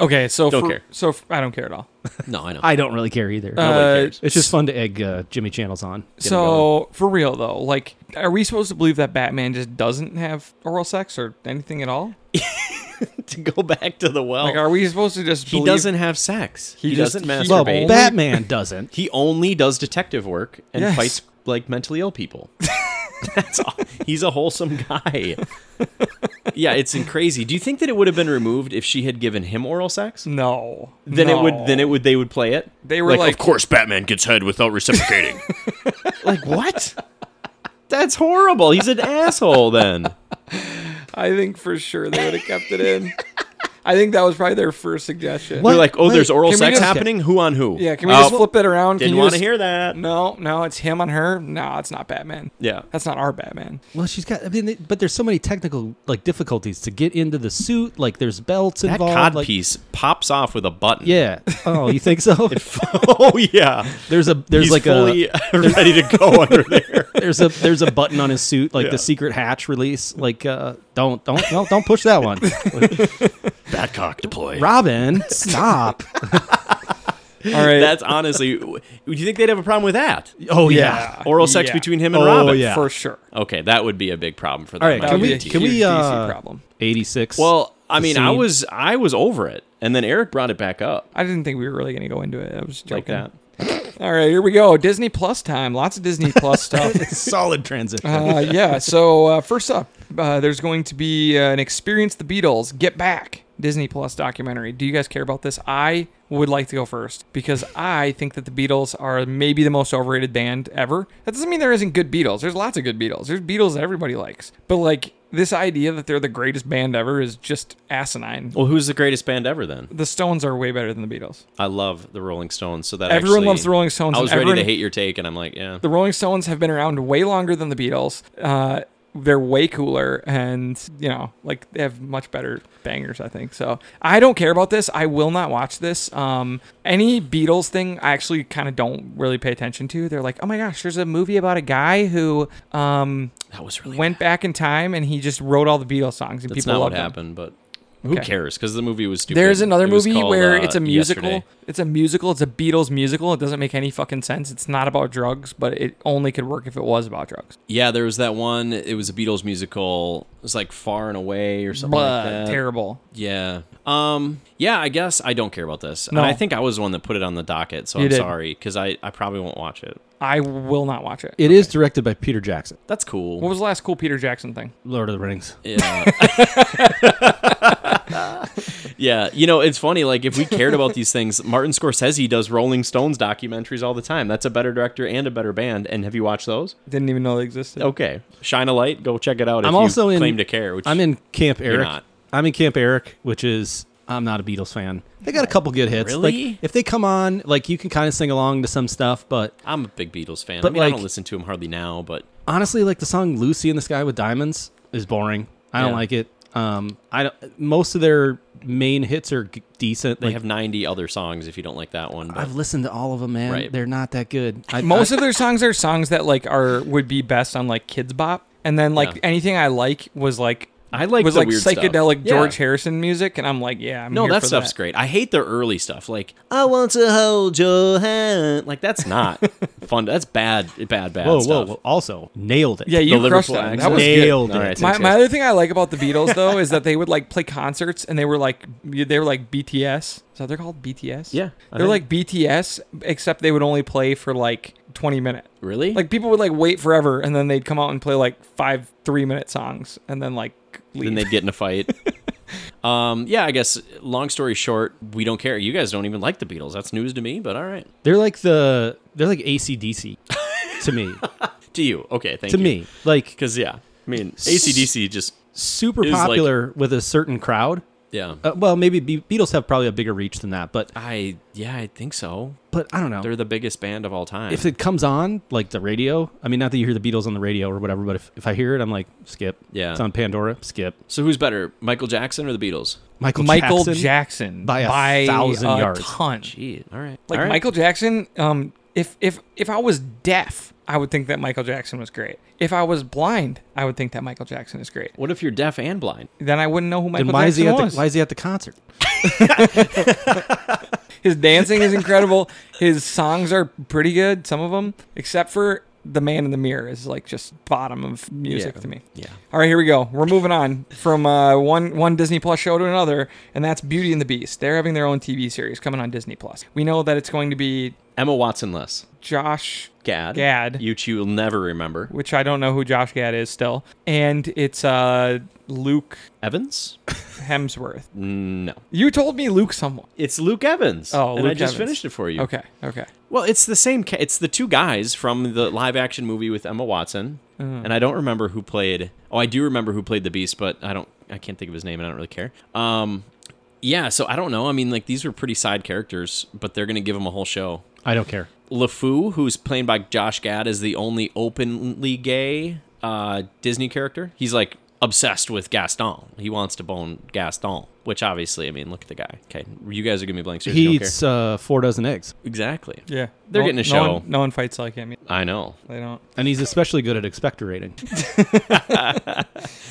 [SPEAKER 1] Okay, so
[SPEAKER 3] Don't
[SPEAKER 1] for-
[SPEAKER 3] care.
[SPEAKER 1] so f I don't care at all.
[SPEAKER 3] No, I know.
[SPEAKER 2] I don't really care either.
[SPEAKER 3] Nobody cares.
[SPEAKER 2] it's just fun to egg uh, Jimmy Channels on.
[SPEAKER 1] So for real though, like, are we supposed to believe that Batman just doesn't have oral sex or anything at all?
[SPEAKER 3] to go back to the well.
[SPEAKER 1] Like, are we supposed to just?
[SPEAKER 3] he
[SPEAKER 1] believe-
[SPEAKER 3] doesn't have sex. He,
[SPEAKER 1] He just-
[SPEAKER 3] doesn't
[SPEAKER 1] he-
[SPEAKER 2] Well,
[SPEAKER 3] masturbate.
[SPEAKER 1] Only-
[SPEAKER 2] Batman doesn't.
[SPEAKER 3] He only does detective work and
[SPEAKER 1] Yes.
[SPEAKER 3] fights like mentally ill people. That's all. He's a wholesome guy. yeah, it's in crazy. Do you think that it would have been removed if she had given him oral sex?
[SPEAKER 1] No.
[SPEAKER 3] Then it would. Then it would. They would play it.
[SPEAKER 1] They were like-
[SPEAKER 3] of course, Batman gets head without reciprocating. like what? That's horrible. He's an asshole. Then
[SPEAKER 1] I think for sure they would have kept it in. I think that was probably their first suggestion.
[SPEAKER 3] they're like, oh,
[SPEAKER 2] Wait,
[SPEAKER 3] there's oral
[SPEAKER 1] can we
[SPEAKER 3] sex
[SPEAKER 1] just-
[SPEAKER 3] happening. Who on who?
[SPEAKER 1] Yeah, can we
[SPEAKER 3] Oh,
[SPEAKER 1] just flip it around? Can
[SPEAKER 3] Didn't
[SPEAKER 1] you
[SPEAKER 3] want to
[SPEAKER 1] just-
[SPEAKER 3] hear that.
[SPEAKER 1] No, no, it's him on her. No, it's not Batman.
[SPEAKER 3] Yeah.
[SPEAKER 1] That's not our Batman.
[SPEAKER 2] Well, she's got. I mean, they- but there's so many technical like difficulties to get into the suit. Like there's belts
[SPEAKER 3] That
[SPEAKER 2] involved.
[SPEAKER 3] cod
[SPEAKER 2] like-
[SPEAKER 3] piece pops off with a button.
[SPEAKER 2] Yeah. Oh, you think so?
[SPEAKER 3] oh yeah.
[SPEAKER 2] there's a there's
[SPEAKER 3] He's
[SPEAKER 2] like a
[SPEAKER 3] fully ready to go under there.
[SPEAKER 2] there's a there's a button on his suit like
[SPEAKER 3] Yeah.
[SPEAKER 2] the secret hatch release. Like uh, don't don't no, don't push that one.
[SPEAKER 3] Batcock deploy.
[SPEAKER 2] Robin, stop.
[SPEAKER 1] All right.
[SPEAKER 3] That's honestly. w- Would you think they'd have a problem with that?
[SPEAKER 2] Oh
[SPEAKER 1] yeah.
[SPEAKER 3] Oral sex
[SPEAKER 1] Yeah.
[SPEAKER 3] between him and
[SPEAKER 2] Oh,
[SPEAKER 3] Robin.
[SPEAKER 2] yeah.
[SPEAKER 1] for sure.
[SPEAKER 3] Okay, that would be a big problem for them.
[SPEAKER 2] All right,
[SPEAKER 3] I
[SPEAKER 2] can
[SPEAKER 1] would
[SPEAKER 2] we
[SPEAKER 1] be a
[SPEAKER 2] can we
[SPEAKER 1] huge DC
[SPEAKER 2] uh,
[SPEAKER 1] problem.
[SPEAKER 2] 86?
[SPEAKER 3] Well, I mean, I
[SPEAKER 2] scene.
[SPEAKER 3] was I was over it, and then Eric brought it back up
[SPEAKER 1] I didn't think we were really going to go into it. I was joking.
[SPEAKER 3] like that.
[SPEAKER 1] All right, here we go. Disney Plus time. Lots of Disney Plus stuff.
[SPEAKER 2] solid transition.
[SPEAKER 1] uh, yeah. So uh, first up, uh, there's going to be uh, an experience the Beatles Get Back Disney Plus documentary. Do you guys care about this? I would like to go first because I think that the Beatles are maybe the most overrated band ever. That doesn't mean there isn't good Beatles. There's lots of good Beatles. There's Beatles that everybody likes. But like this idea that they're the greatest band ever is just asinine.
[SPEAKER 3] Well, who's the greatest band ever? Then
[SPEAKER 1] The Stones are way better than the Beatles.
[SPEAKER 3] I love the Rolling Stones. So that
[SPEAKER 1] Everyone
[SPEAKER 3] actually-
[SPEAKER 1] loves the Rolling Stones,
[SPEAKER 3] I
[SPEAKER 1] and
[SPEAKER 3] was ready to
[SPEAKER 1] everyone-
[SPEAKER 3] hate your take, and I'm like, yeah.
[SPEAKER 1] The Rolling Stones have been around way longer than the Beatles. Uh, they're way cooler and, you know, like they have much better bangers, I think. So I don't care about this. I will not watch this. Um, any Beatles thing, I actually kind of don't really pay attention to. They're like, oh my gosh, there's a movie about a guy who um,
[SPEAKER 3] that was really.
[SPEAKER 1] went back in time and he just wrote all the Beatles songs and
[SPEAKER 3] That's
[SPEAKER 1] people
[SPEAKER 3] not what
[SPEAKER 1] loved them.
[SPEAKER 3] happened, but Who cares? Because the movie was stupid.
[SPEAKER 1] There's another
[SPEAKER 3] It was
[SPEAKER 1] movie
[SPEAKER 3] called,
[SPEAKER 1] where
[SPEAKER 3] uh,
[SPEAKER 1] it's a musical.
[SPEAKER 3] Yesterday.
[SPEAKER 1] It's a musical. It's a Beatles musical. It doesn't make any fucking sense. It's not about drugs, but it only could work if it was about drugs.
[SPEAKER 3] Yeah, there was that one. It was a Beatles musical. It was like Far and Away or something
[SPEAKER 1] Blah,
[SPEAKER 3] like that.
[SPEAKER 1] terrible.
[SPEAKER 3] Yeah. Um. Yeah. I guess I don't care about this.
[SPEAKER 1] No.
[SPEAKER 3] And I think I was the one that put it on the docket, so
[SPEAKER 1] You
[SPEAKER 3] I'm
[SPEAKER 1] did.
[SPEAKER 3] sorry because I I probably won't watch it.
[SPEAKER 1] I will not watch it.
[SPEAKER 2] It is directed by Peter Jackson,
[SPEAKER 3] That's cool.
[SPEAKER 1] What was the last cool Peter Jackson thing?
[SPEAKER 2] Lord of the Rings.
[SPEAKER 3] Yeah. yeah, you know, it's funny. Like, if we cared about these things, Martin Scorsese does Rolling Stones documentaries all the time. That's a better director and a better band. And have you watched those?
[SPEAKER 1] Didn't even know they existed.
[SPEAKER 3] Okay, Shine a Light. Go check it out. If
[SPEAKER 2] I'm
[SPEAKER 3] you
[SPEAKER 2] also in-
[SPEAKER 3] claim to care. Which
[SPEAKER 2] I'm in Camp Eric.
[SPEAKER 3] not.
[SPEAKER 2] I'm in Camp Eric, which is I'm not a Beatles fan. They got a couple good hits.
[SPEAKER 3] Really?
[SPEAKER 2] Like if they come on, like you can kind of sing along to some stuff, but
[SPEAKER 3] I'm a big Beatles fan.
[SPEAKER 2] But,
[SPEAKER 3] I mean, I
[SPEAKER 2] like-
[SPEAKER 3] don't listen to him hardly now, but
[SPEAKER 2] honestly, like the song "Lucy in the Sky with Diamonds" is boring. I don't
[SPEAKER 3] Yeah.
[SPEAKER 2] like it. Um, I don't, most of their main hits are g- decent.
[SPEAKER 3] they
[SPEAKER 2] like,
[SPEAKER 3] have 90 other songs. If you don't like that one, but
[SPEAKER 2] I've listened to all of them, man.
[SPEAKER 3] Right.
[SPEAKER 2] They're not that good. I,
[SPEAKER 1] Most
[SPEAKER 2] I-
[SPEAKER 1] of their songs are songs that like are would be best on like Kids Bop, and then like
[SPEAKER 3] Yeah.
[SPEAKER 1] anything I like was like
[SPEAKER 3] I like
[SPEAKER 1] was
[SPEAKER 3] the
[SPEAKER 1] like
[SPEAKER 3] weird stuff.
[SPEAKER 1] psychedelic
[SPEAKER 3] Yeah.
[SPEAKER 1] George Harrison music, and I'm like, yeah, I'm
[SPEAKER 3] No,
[SPEAKER 1] here
[SPEAKER 3] that
[SPEAKER 1] for
[SPEAKER 3] stuff's
[SPEAKER 1] that.
[SPEAKER 3] great. I hate the early stuff. Like, I want to hold your hand. Like, that's not fun. That's bad, bad, bad
[SPEAKER 2] whoa,
[SPEAKER 3] stuff.
[SPEAKER 2] whoa, whoa! Also nailed it.
[SPEAKER 1] Yeah, you
[SPEAKER 3] The
[SPEAKER 1] crushed
[SPEAKER 3] Liverpool
[SPEAKER 1] that. That was
[SPEAKER 2] accent.
[SPEAKER 1] good.
[SPEAKER 2] Nailed
[SPEAKER 3] All
[SPEAKER 2] it.
[SPEAKER 3] right,
[SPEAKER 1] My,
[SPEAKER 3] thanks,
[SPEAKER 1] my
[SPEAKER 3] guys.
[SPEAKER 1] other thing I like about the Beatles though is that they would like play concerts and they were like they were like BTS. Is that what they're called BTS?
[SPEAKER 3] Yeah, I
[SPEAKER 1] they're like
[SPEAKER 3] think-
[SPEAKER 1] BTS except they would only play for like 20 minutes.
[SPEAKER 3] really?
[SPEAKER 1] Like people would like wait forever and then they'd come out and play like five three minute songs and then like leave.
[SPEAKER 3] then they'd get in a fight. um, yeah, I guess. Long story short, we don't care. You guys don't even like the Beatles. That's news to me. But all right,
[SPEAKER 2] They're like the they're like ACDC to me.
[SPEAKER 3] to you, okay. Thank
[SPEAKER 2] to
[SPEAKER 3] you.
[SPEAKER 2] me, like
[SPEAKER 3] because yeah, I mean, ACDC just
[SPEAKER 2] super
[SPEAKER 3] is like-
[SPEAKER 2] popular with a certain crowd.
[SPEAKER 3] yeah.
[SPEAKER 2] Uh, well, maybe Be- Beatles have probably a bigger reach than that, but
[SPEAKER 3] I yeah, I think so.
[SPEAKER 2] but I don't know.
[SPEAKER 3] They're the biggest band of all time.
[SPEAKER 2] if it comes on like the radio, I mean, not that you hear the Beatles on the radio or whatever, but if, if I hear it, I'm like, skip.
[SPEAKER 3] Yeah.
[SPEAKER 2] it's on Pandora. Skip.
[SPEAKER 3] so who's better, Michael Jackson or the Beatles?
[SPEAKER 2] Michael
[SPEAKER 1] Michael
[SPEAKER 2] Jackson.
[SPEAKER 1] Jackson,
[SPEAKER 2] by a thousand yards.
[SPEAKER 1] ton.
[SPEAKER 3] Gee, all right,
[SPEAKER 1] Like
[SPEAKER 3] all right.
[SPEAKER 1] Michael Jackson, um, if if if I was deaf, I would think that Michael Jackson was great. If I was blind, I would think that Michael Jackson is great.
[SPEAKER 3] What if you're deaf and blind?
[SPEAKER 1] Then I wouldn't know who Michael
[SPEAKER 2] then why is
[SPEAKER 1] Jackson
[SPEAKER 2] he at the
[SPEAKER 1] was.
[SPEAKER 2] why is he at the concert?
[SPEAKER 1] His dancing is incredible. His songs are pretty good, some of them, except for "The Man in the Mirror" is like just bottom of music
[SPEAKER 3] Yeah.
[SPEAKER 1] to me.
[SPEAKER 3] Yeah.
[SPEAKER 1] All right, here we go. We're moving on from uh, one one Disney Plus show to another, and that's Beauty and the Beast. They're having their own TV series coming on Disney Plus. We know that it's going to be
[SPEAKER 3] Emma Watson less.
[SPEAKER 1] Josh
[SPEAKER 3] Gad.
[SPEAKER 1] Gad.
[SPEAKER 3] You you will never remember.
[SPEAKER 1] which I don't know who Josh Gad is still, and it's uh, Luke
[SPEAKER 3] Evans?
[SPEAKER 1] Hemsworth.
[SPEAKER 3] No.
[SPEAKER 1] You told me Luke someone.
[SPEAKER 3] It's Luke Evans.
[SPEAKER 1] Oh,
[SPEAKER 3] and I
[SPEAKER 1] Luke
[SPEAKER 3] just
[SPEAKER 1] Evans.
[SPEAKER 3] finished it for you.
[SPEAKER 1] Okay, okay.
[SPEAKER 3] Well, it's the same. Ca- it's the two guys from the live action movie with Emma Watson, and I don't remember who played. Oh, I do remember who played the Beast, but I don't. I can't think of his name, and I don't really care. Um, yeah. So I don't know. I mean, like these were pretty side characters, but they're gonna give them a whole show.
[SPEAKER 2] I don't care.
[SPEAKER 3] LeFou, who's played by Josh Gad, is the only openly gay uh, Disney character. He's like obsessed with Gaston. He wants to bone Gaston, which obviously, I mean, look at the guy. Okay, you guys are gonna be blank stares.
[SPEAKER 2] He
[SPEAKER 3] You don't care.
[SPEAKER 2] eats uh, four dozen eggs,
[SPEAKER 3] Exactly.
[SPEAKER 1] Yeah,
[SPEAKER 3] They're
[SPEAKER 1] No-
[SPEAKER 3] getting a
[SPEAKER 1] no
[SPEAKER 3] show.
[SPEAKER 1] one- no one fights like him.
[SPEAKER 3] I know.
[SPEAKER 1] They don't.
[SPEAKER 2] and he's especially good at expectorating.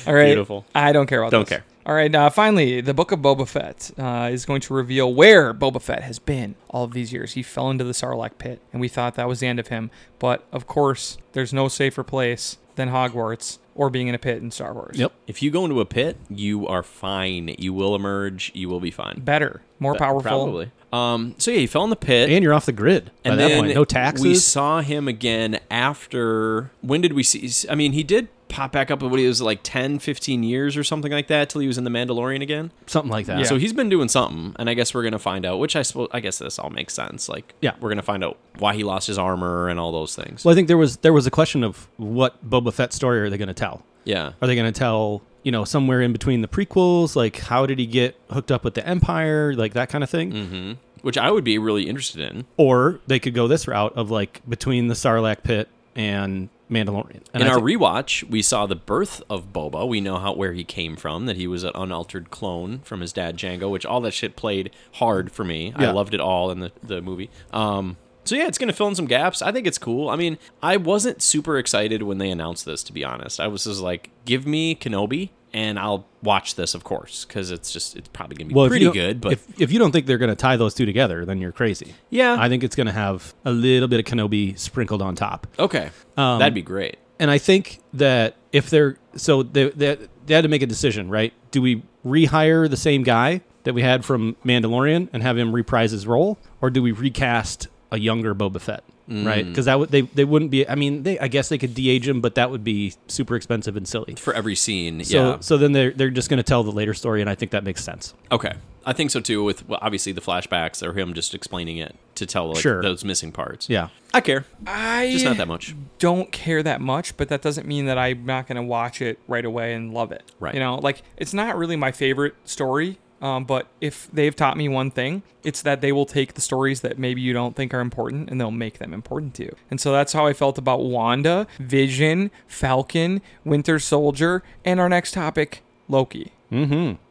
[SPEAKER 1] All right.
[SPEAKER 3] Beautiful.
[SPEAKER 1] I don't care about
[SPEAKER 3] Don't
[SPEAKER 1] this.
[SPEAKER 3] care.
[SPEAKER 1] All right. Uh, finally, the book of Boba Fett uh, is going to reveal where Boba Fett has been all of these years. He fell into the Sarlacc pit, and we thought that was the end of him. But of course, there's no safer place than Hogwarts or being in a pit in Star Wars.
[SPEAKER 2] Yep.
[SPEAKER 3] If you go into a pit, you are fine. You will emerge. You will be fine.
[SPEAKER 1] Better, more powerful.
[SPEAKER 3] Probably. Um. So yeah, he fell in the pit.
[SPEAKER 2] and you're off the grid
[SPEAKER 3] and
[SPEAKER 2] by that
[SPEAKER 3] then
[SPEAKER 2] point. No taxes.
[SPEAKER 3] We saw him again after. When did we see? I mean, he did pop back up at what he was like 10, 15 years or something like that till he was in The Mandalorian again.
[SPEAKER 2] something like that.
[SPEAKER 1] Yeah.
[SPEAKER 3] So he's been doing something, and I guess we're gonna find out. Which I suppose, I guess this all makes sense. Like,
[SPEAKER 2] Yeah.
[SPEAKER 3] we're gonna find out why he lost his armor and all those things.
[SPEAKER 2] Well, I think there was there was a question of what Boba Fett story are they going to tell?
[SPEAKER 3] Yeah.
[SPEAKER 2] Are they going to tell you know somewhere in between the prequels? Like how did he get hooked up with the Empire? Like that kind of thing.
[SPEAKER 3] Mm-hmm. Which I would be really interested in.
[SPEAKER 2] Or they could go this route of like between the Sarlacc pit and Mandalorian. And
[SPEAKER 3] in
[SPEAKER 2] I
[SPEAKER 3] our
[SPEAKER 2] thi-
[SPEAKER 3] rewatch, we saw the birth of Boba. We know how where he came from, that he was an unaltered clone from his dad Django, which all that shit played hard for me. I
[SPEAKER 2] Yeah.
[SPEAKER 3] loved it all in the, the movie. Um so yeah, it's gonna fill in some gaps. I think it's cool. I mean, I wasn't super excited when they announced this, to be honest. I was just like, give me Kenobi and I'll watch this, of course, because it's just it's probably gonna be
[SPEAKER 2] Well, if you
[SPEAKER 3] pretty
[SPEAKER 2] don't-
[SPEAKER 3] good. But
[SPEAKER 2] if, if you don't think they're going to tie those two together, then you're crazy.
[SPEAKER 3] Yeah.
[SPEAKER 2] I think it's going to have a little bit of Kenobi sprinkled on top.
[SPEAKER 3] okay,
[SPEAKER 2] Um,
[SPEAKER 3] that'd be great.
[SPEAKER 2] and I think that if they're so they, they they had to make a decision, right? Do we rehire the same guy that we had from Mandalorian and have him reprise his role, or do we recast a younger Boba Fett?
[SPEAKER 3] Mm.
[SPEAKER 2] Right, because that would they they wouldn't be. I mean, they I guess they could de-age him, but that would be super expensive and silly.
[SPEAKER 3] for every scene.
[SPEAKER 2] So
[SPEAKER 3] yeah.
[SPEAKER 2] so then they're they're just going to tell the later story, and I think that makes sense.
[SPEAKER 3] Okay. I think so too. With well, obviously the flashbacks or him just explaining it to tell like,
[SPEAKER 2] Sure.
[SPEAKER 3] those missing parts.
[SPEAKER 2] Yeah,
[SPEAKER 3] I care.
[SPEAKER 1] I
[SPEAKER 3] Just not that much.
[SPEAKER 1] don't care that much, but that doesn't mean that I'm not going to watch it right away and love it.
[SPEAKER 3] Right.
[SPEAKER 1] You know, like it's not really my favorite story. Um, but if they've taught me one thing, it's that they will take the stories that maybe you don't think are important and they'll make them important to you. And so that's how I felt about Wanda, Vision, Falcon, Winter Soldier, and our next topic, Loki.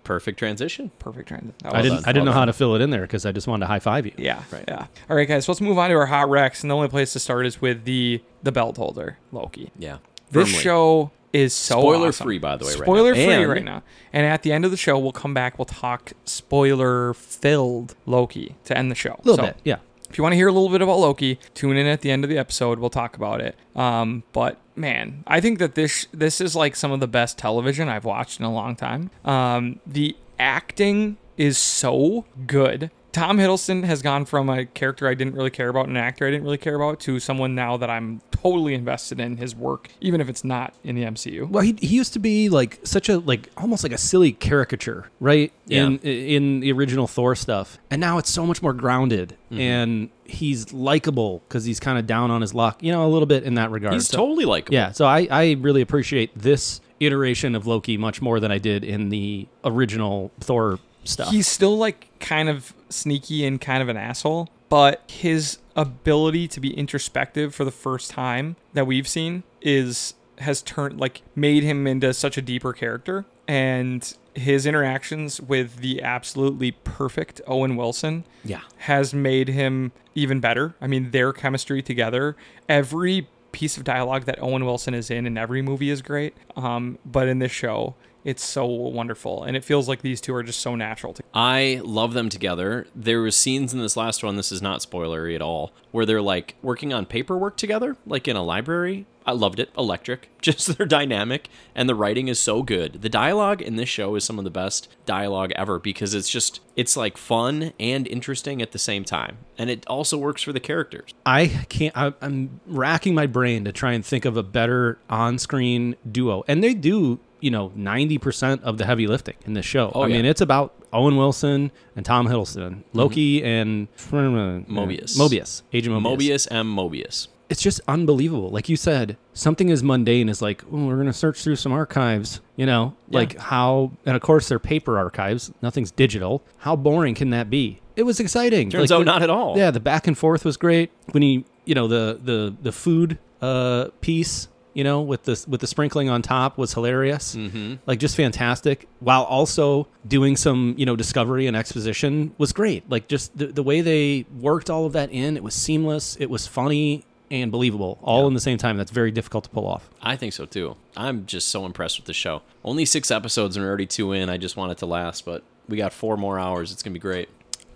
[SPEAKER 3] Perfect transition.
[SPEAKER 1] Perfect transition.
[SPEAKER 2] I didn't
[SPEAKER 3] done.
[SPEAKER 2] I didn't
[SPEAKER 3] Well
[SPEAKER 2] know how to fill it in there because I just wanted to high five you.
[SPEAKER 1] Yeah.
[SPEAKER 3] Right.
[SPEAKER 1] Yeah. All right, guys. So let's move on to our hot recs, and the only place to start is with the the belt holder, Loki.
[SPEAKER 3] Yeah.
[SPEAKER 1] This
[SPEAKER 3] Firmly.
[SPEAKER 1] show is so
[SPEAKER 3] Spoiler
[SPEAKER 1] awesome.
[SPEAKER 3] free, by the way, right now.
[SPEAKER 1] Spoiler free
[SPEAKER 3] And-
[SPEAKER 1] right now. And at the end of the show, we'll come back. We'll talk spoiler filled Loki to end the show.
[SPEAKER 2] a little
[SPEAKER 1] So,
[SPEAKER 2] bit. Yeah,
[SPEAKER 1] If you want to hear a little bit about Loki, tune in at the end of the episode. We'll talk about it. Um, but man, I think that this this is like some of the best television I've watched in a long time. Um, the acting is so good. Tom Hiddleston has gone from a character I didn't really care about, an actor I didn't really care about, to someone now that I'm totally invested in his work, even if it's not in the MCU.
[SPEAKER 2] Well, he, he used to be like such a like almost like a silly caricature, right?
[SPEAKER 3] Yeah.
[SPEAKER 2] In in the original Thor stuff, and now it's so much more grounded, and he's likable because he's kind of down on his luck, you know, a little bit in that regard.
[SPEAKER 3] He's
[SPEAKER 2] So-
[SPEAKER 3] totally like
[SPEAKER 2] yeah. So I I really appreciate this iteration of Loki much more than I did in the original Thor stuff.
[SPEAKER 1] He's still like kind of sneaky and kind of an asshole, but his ability to be introspective for the first time that we've seen is has turned like made him into such a deeper character and his interactions with the absolutely perfect Owen Wilson
[SPEAKER 3] Yeah.
[SPEAKER 1] has made him even better. I mean, their chemistry together, every piece of dialogue that Owen Wilson is in in every movie is great. Um, but in this show, it's so wonderful, and it feels like these two are just so natural. To-
[SPEAKER 3] I love them together. There were scenes in this last one, this is not spoilery at all, where they're like working on paperwork together, like in a library. I loved it. Electric. Just their dynamic and the writing is so good. The dialogue in this show is some of the best dialogue ever because it's just it's like fun and interesting at the same time. And it also works for the characters.
[SPEAKER 2] I can't. I, I'm racking my brain to try and think of a better on-screen duo, and they do. You know, ninety percent of the heavy lifting in this show. I
[SPEAKER 3] Oh, yeah. Mm-hmm.
[SPEAKER 2] mean, it's about Owen Wilson and Tom Hiddleston, Loki and Mobius, Mobius, Agent Mobius.
[SPEAKER 3] Mobius M. Mobius.
[SPEAKER 2] It's just unbelievable. Like you said, something as mundane as like, oh, we're gonna search through some archives. You know, like how, and of course they're paper archives. Nothing's digital. How boring can that be? It was exciting.
[SPEAKER 3] Turns
[SPEAKER 2] Like,
[SPEAKER 3] out
[SPEAKER 2] when-
[SPEAKER 3] not at all.
[SPEAKER 2] yeah, the back and forth was great. When he, you know, the the the food uh piece, you know, with the with the sprinkling on top was hilarious. Mm-hmm. Like just fantastic. While also doing some, you know, discovery and exposition was great. Like just the, the way they worked all of that in, it was seamless. It was funny and believable all in the same time. That's very difficult to pull off.
[SPEAKER 3] I think so too. I'm just so impressed with the show. Only six episodes and we're already two in. I just want it to last, but we got four more hours. It's gonna be great.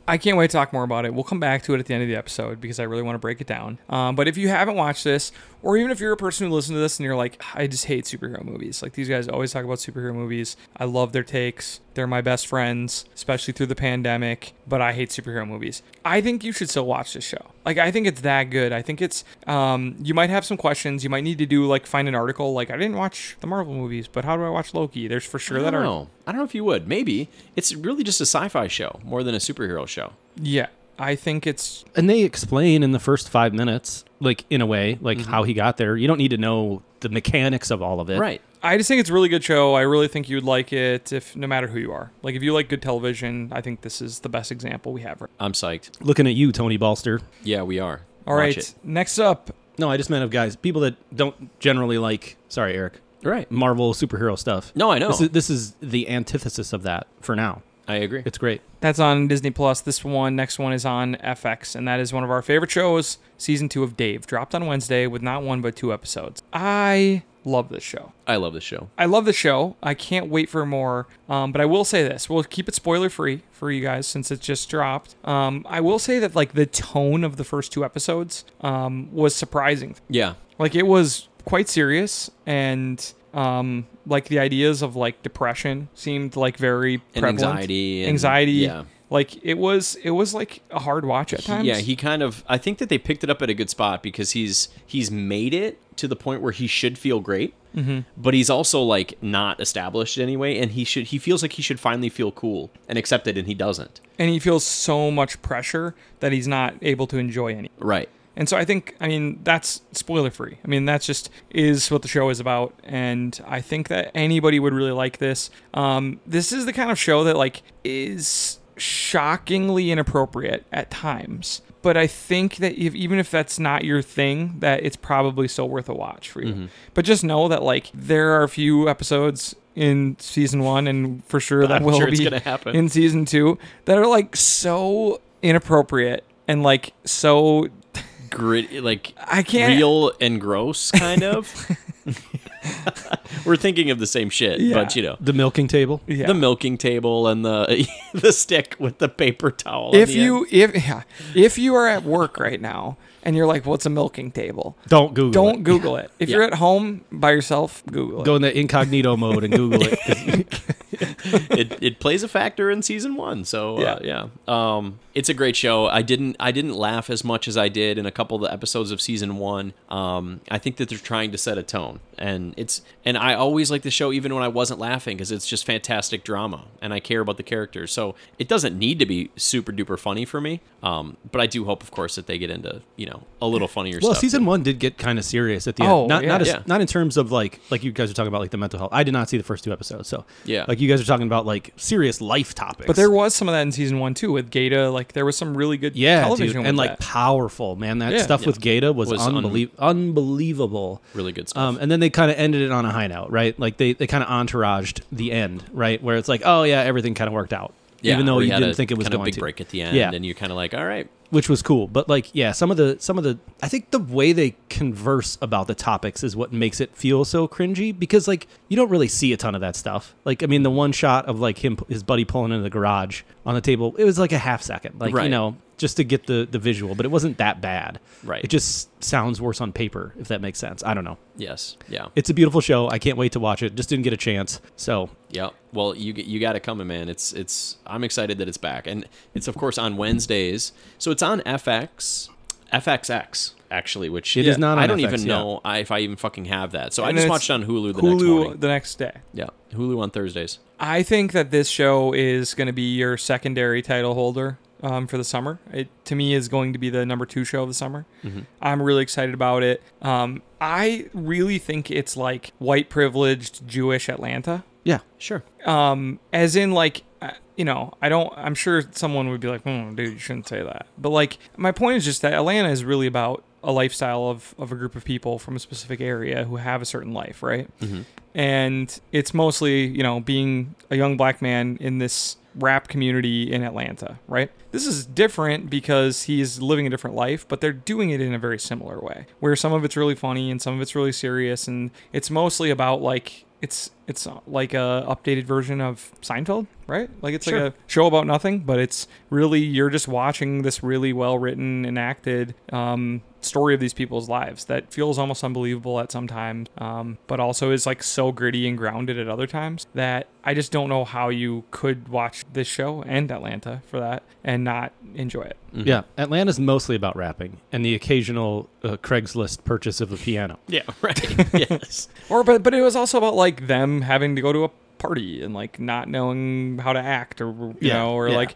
[SPEAKER 1] I can't wait to talk more about it. We'll come back to it at the end of the episode because I really want to break it down. Um, but if you haven't watched this, or even if you're a person who listens to this and you're like, I just hate superhero movies. Like these guys always talk about superhero movies. I love their takes. They're my best friends, especially through the pandemic. But I hate superhero movies. I think you should still watch this show. Like I think it's that good. I think it's. Um, you might have some questions. You might need to do like find an article. Like I didn't watch the Marvel movies, but how do I watch Loki? There's for sure
[SPEAKER 3] I
[SPEAKER 1] that
[SPEAKER 3] don't
[SPEAKER 1] are
[SPEAKER 3] know. I don't know if you would. Maybe it's really just a sci-fi show more than a superhero show.
[SPEAKER 1] yeah. I think it's
[SPEAKER 2] and they explain in the first five minutes, like in a way, like how he got there. You don't need to know the mechanics of all of it.
[SPEAKER 3] Right.
[SPEAKER 1] I just think it's a really good show. I really think you'd like it if no matter who you are. Like if you like good television, I think this is the best example we have. Right.
[SPEAKER 3] I'm psyched.
[SPEAKER 2] Looking at you, Tony Balster.
[SPEAKER 3] Yeah, we are.
[SPEAKER 1] All
[SPEAKER 3] Watch
[SPEAKER 1] right.
[SPEAKER 3] it.
[SPEAKER 1] Next up,
[SPEAKER 2] No, I just meant of guys, people that don't generally like. Sorry, Eric.
[SPEAKER 3] Right.
[SPEAKER 2] Marvel superhero stuff.
[SPEAKER 3] No, I know.
[SPEAKER 2] This is, this is the antithesis of that for now.
[SPEAKER 3] I agree.
[SPEAKER 2] It's great.
[SPEAKER 1] that's on Disney Plus. This one, next one is on FX, and that is one of our favorite shows, season 2 of Dave, dropped on Wednesday with not one but two episodes. I love this show.
[SPEAKER 3] I love this show.
[SPEAKER 1] I love the show. I can't wait for more. Um, but I will say this: we'll keep it spoiler free for you guys since it's just dropped. Um, I will say that like the tone of the first two episodes um, was surprising.
[SPEAKER 3] Yeah.
[SPEAKER 1] Like it was quite serious, and um, like the ideas of like depression seemed like very
[SPEAKER 3] And
[SPEAKER 1] prevalent.
[SPEAKER 3] anxiety and-
[SPEAKER 1] anxiety.
[SPEAKER 3] yeah.
[SPEAKER 1] Like it was, it was like a hard watch at times.
[SPEAKER 3] Yeah, he kind of I think that they picked it up at a good spot because he's he's made it to the point where he should feel great.
[SPEAKER 1] Mm-hmm.
[SPEAKER 3] But he's also like not established anyway and he should he feels like he should finally feel cool and accepted and he doesn't.
[SPEAKER 1] and he feels so much pressure that he's not able to enjoy any.
[SPEAKER 3] Right.
[SPEAKER 1] And so I think, I mean, that's spoiler free. I mean, that's just is what the show is about. And I think that anybody would really like this. Um, this is the kind of show that like is shockingly inappropriate at times. But I think that if, even if that's not your thing, that it's probably still worth a watch for you.
[SPEAKER 3] Mm-hmm.
[SPEAKER 1] But just know that like there are a few episodes in season one, and for sure that
[SPEAKER 3] I'm
[SPEAKER 1] will
[SPEAKER 3] sure it's
[SPEAKER 1] be
[SPEAKER 3] gonna happen.
[SPEAKER 1] in season two that are like so inappropriate and like so
[SPEAKER 3] Grit like
[SPEAKER 1] I can't.
[SPEAKER 3] real and gross kind of. We're thinking of the same shit, but
[SPEAKER 1] Yeah.
[SPEAKER 3] you know.
[SPEAKER 2] The milking table.
[SPEAKER 1] Yeah.
[SPEAKER 3] The milking table and the the stick with the paper towel. on
[SPEAKER 1] if
[SPEAKER 3] the
[SPEAKER 1] you
[SPEAKER 3] end.
[SPEAKER 1] if yeah, if you are at work right now and you're like, "What's a milking table?"
[SPEAKER 2] Don't Google.
[SPEAKER 1] Don't
[SPEAKER 2] it.
[SPEAKER 1] Google it. If
[SPEAKER 3] Yeah.
[SPEAKER 1] you're at home by yourself, Google it.
[SPEAKER 2] go in the incognito mode and Google it. 'cause-
[SPEAKER 3] it, it plays a factor in season one. So yeah, uh, yeah. Um, it's a great show. I didn't I didn't laugh as much as I did in a couple of the episodes of season one. Um, I think that they're trying to set a tone, and it's and I always like the show even when I wasn't laughing because it's just fantastic drama, and I care about the characters. So it doesn't need to be super duper funny for me. Um, but I do hope, of course, that they get into you know a little funnier
[SPEAKER 2] well,
[SPEAKER 3] stuff.
[SPEAKER 2] season one did get kind of serious at the
[SPEAKER 1] Oh,
[SPEAKER 2] end. Not not
[SPEAKER 1] yeah.
[SPEAKER 2] as,
[SPEAKER 3] Yeah.
[SPEAKER 2] not in terms of like like you guys are talking about like the mental health. I did not see the first two episodes, so
[SPEAKER 3] Yeah.
[SPEAKER 2] Like you guys are talking about like serious life topics.
[SPEAKER 1] But there was some of that in season one too with Gata. Like there was some really good
[SPEAKER 2] yeah,
[SPEAKER 1] television
[SPEAKER 2] dude,
[SPEAKER 1] with
[SPEAKER 2] and like
[SPEAKER 1] that.
[SPEAKER 2] powerful man. That
[SPEAKER 1] Yeah.
[SPEAKER 2] stuff with Gata was,
[SPEAKER 3] Was un-
[SPEAKER 2] unbelie- unbelievable.
[SPEAKER 3] Really good stuff.
[SPEAKER 2] Um, and then they kind of ended it on a high note, right? Like they they kind of entouraged the end, right? Where it's like, oh yeah, everything kind of worked out, even though
[SPEAKER 3] where
[SPEAKER 2] you
[SPEAKER 3] had
[SPEAKER 2] didn't
[SPEAKER 3] a
[SPEAKER 2] think it was
[SPEAKER 3] kind of
[SPEAKER 2] going
[SPEAKER 3] big
[SPEAKER 2] to.
[SPEAKER 3] break at the end,
[SPEAKER 2] Yeah.
[SPEAKER 3] and you're kind of like, all right,
[SPEAKER 2] which was cool. But like, yeah, some of the some of the I think the way they converse about the topics is what makes it feel so cringy because like you don't really see a ton of that stuff. Like, I mean, the one shot of like him his buddy pulling into the garage on the table, it was like a half second, like
[SPEAKER 3] Right.
[SPEAKER 2] you know, just to get the the visual. But it wasn't that bad.
[SPEAKER 3] Right.
[SPEAKER 2] It just sounds worse on paper, if that makes sense. I don't know.
[SPEAKER 3] yes, yeah.
[SPEAKER 2] It's a beautiful show. I can't wait to watch it. Just didn't get a chance. So
[SPEAKER 3] Yeah. Well, you g- you got it coming, man. It's it's I'm excited that it's back, and it's of course on Wednesdays. So it's on FX, FXX actually, which
[SPEAKER 2] It is not
[SPEAKER 3] I
[SPEAKER 2] on
[SPEAKER 3] don't
[SPEAKER 2] FX,
[SPEAKER 3] even
[SPEAKER 2] yeah.
[SPEAKER 3] know I, if I even fucking have that. So I
[SPEAKER 1] And
[SPEAKER 3] just
[SPEAKER 1] it's
[SPEAKER 3] watched on Hulu the next
[SPEAKER 1] Hulu
[SPEAKER 3] morning.
[SPEAKER 1] the next day.
[SPEAKER 3] Yeah, Hulu on Thursdays.
[SPEAKER 1] I think that this show is going to be your secondary title holder um, for the summer. It to me is going to be the number two show of the summer. I'm really excited about it. Um, I really think it's like white privileged Jewish Atlanta,
[SPEAKER 2] yeah,
[SPEAKER 3] Sure.
[SPEAKER 1] um, as in like uh, you know I don't. I'm sure someone would be like, hmm, dude, you shouldn't say that. But like my point is just that Atlanta is really about a lifestyle of of a group of people from a specific area who have a certain life, right? and it's mostly you know being a young black man in this rap community in Atlanta, right? This is different because he's living a different life, but they're doing it in a very similar way, where some of it's really funny and some of it's really serious, and it's mostly about like it's it's uh, like a updated version of Seinfeld, right? Like it's
[SPEAKER 2] Sure.
[SPEAKER 1] like a show about nothing, but it's really you're just watching this really well written, enacted um, story of these people's lives that feels almost unbelievable at some times, um, but also is like so gritty and grounded at other times that I just don't know how you could watch this show and Atlanta for that and not enjoy it.
[SPEAKER 2] Mm-hmm. yeah. Atlanta's mostly about rapping and the occasional uh, Craigslist purchase of a piano.
[SPEAKER 3] Yeah. Right. yes.
[SPEAKER 1] Or but but it was also about like them having to go to a party and like not knowing how to act or you
[SPEAKER 2] Yeah,
[SPEAKER 1] know or
[SPEAKER 2] yeah.
[SPEAKER 1] like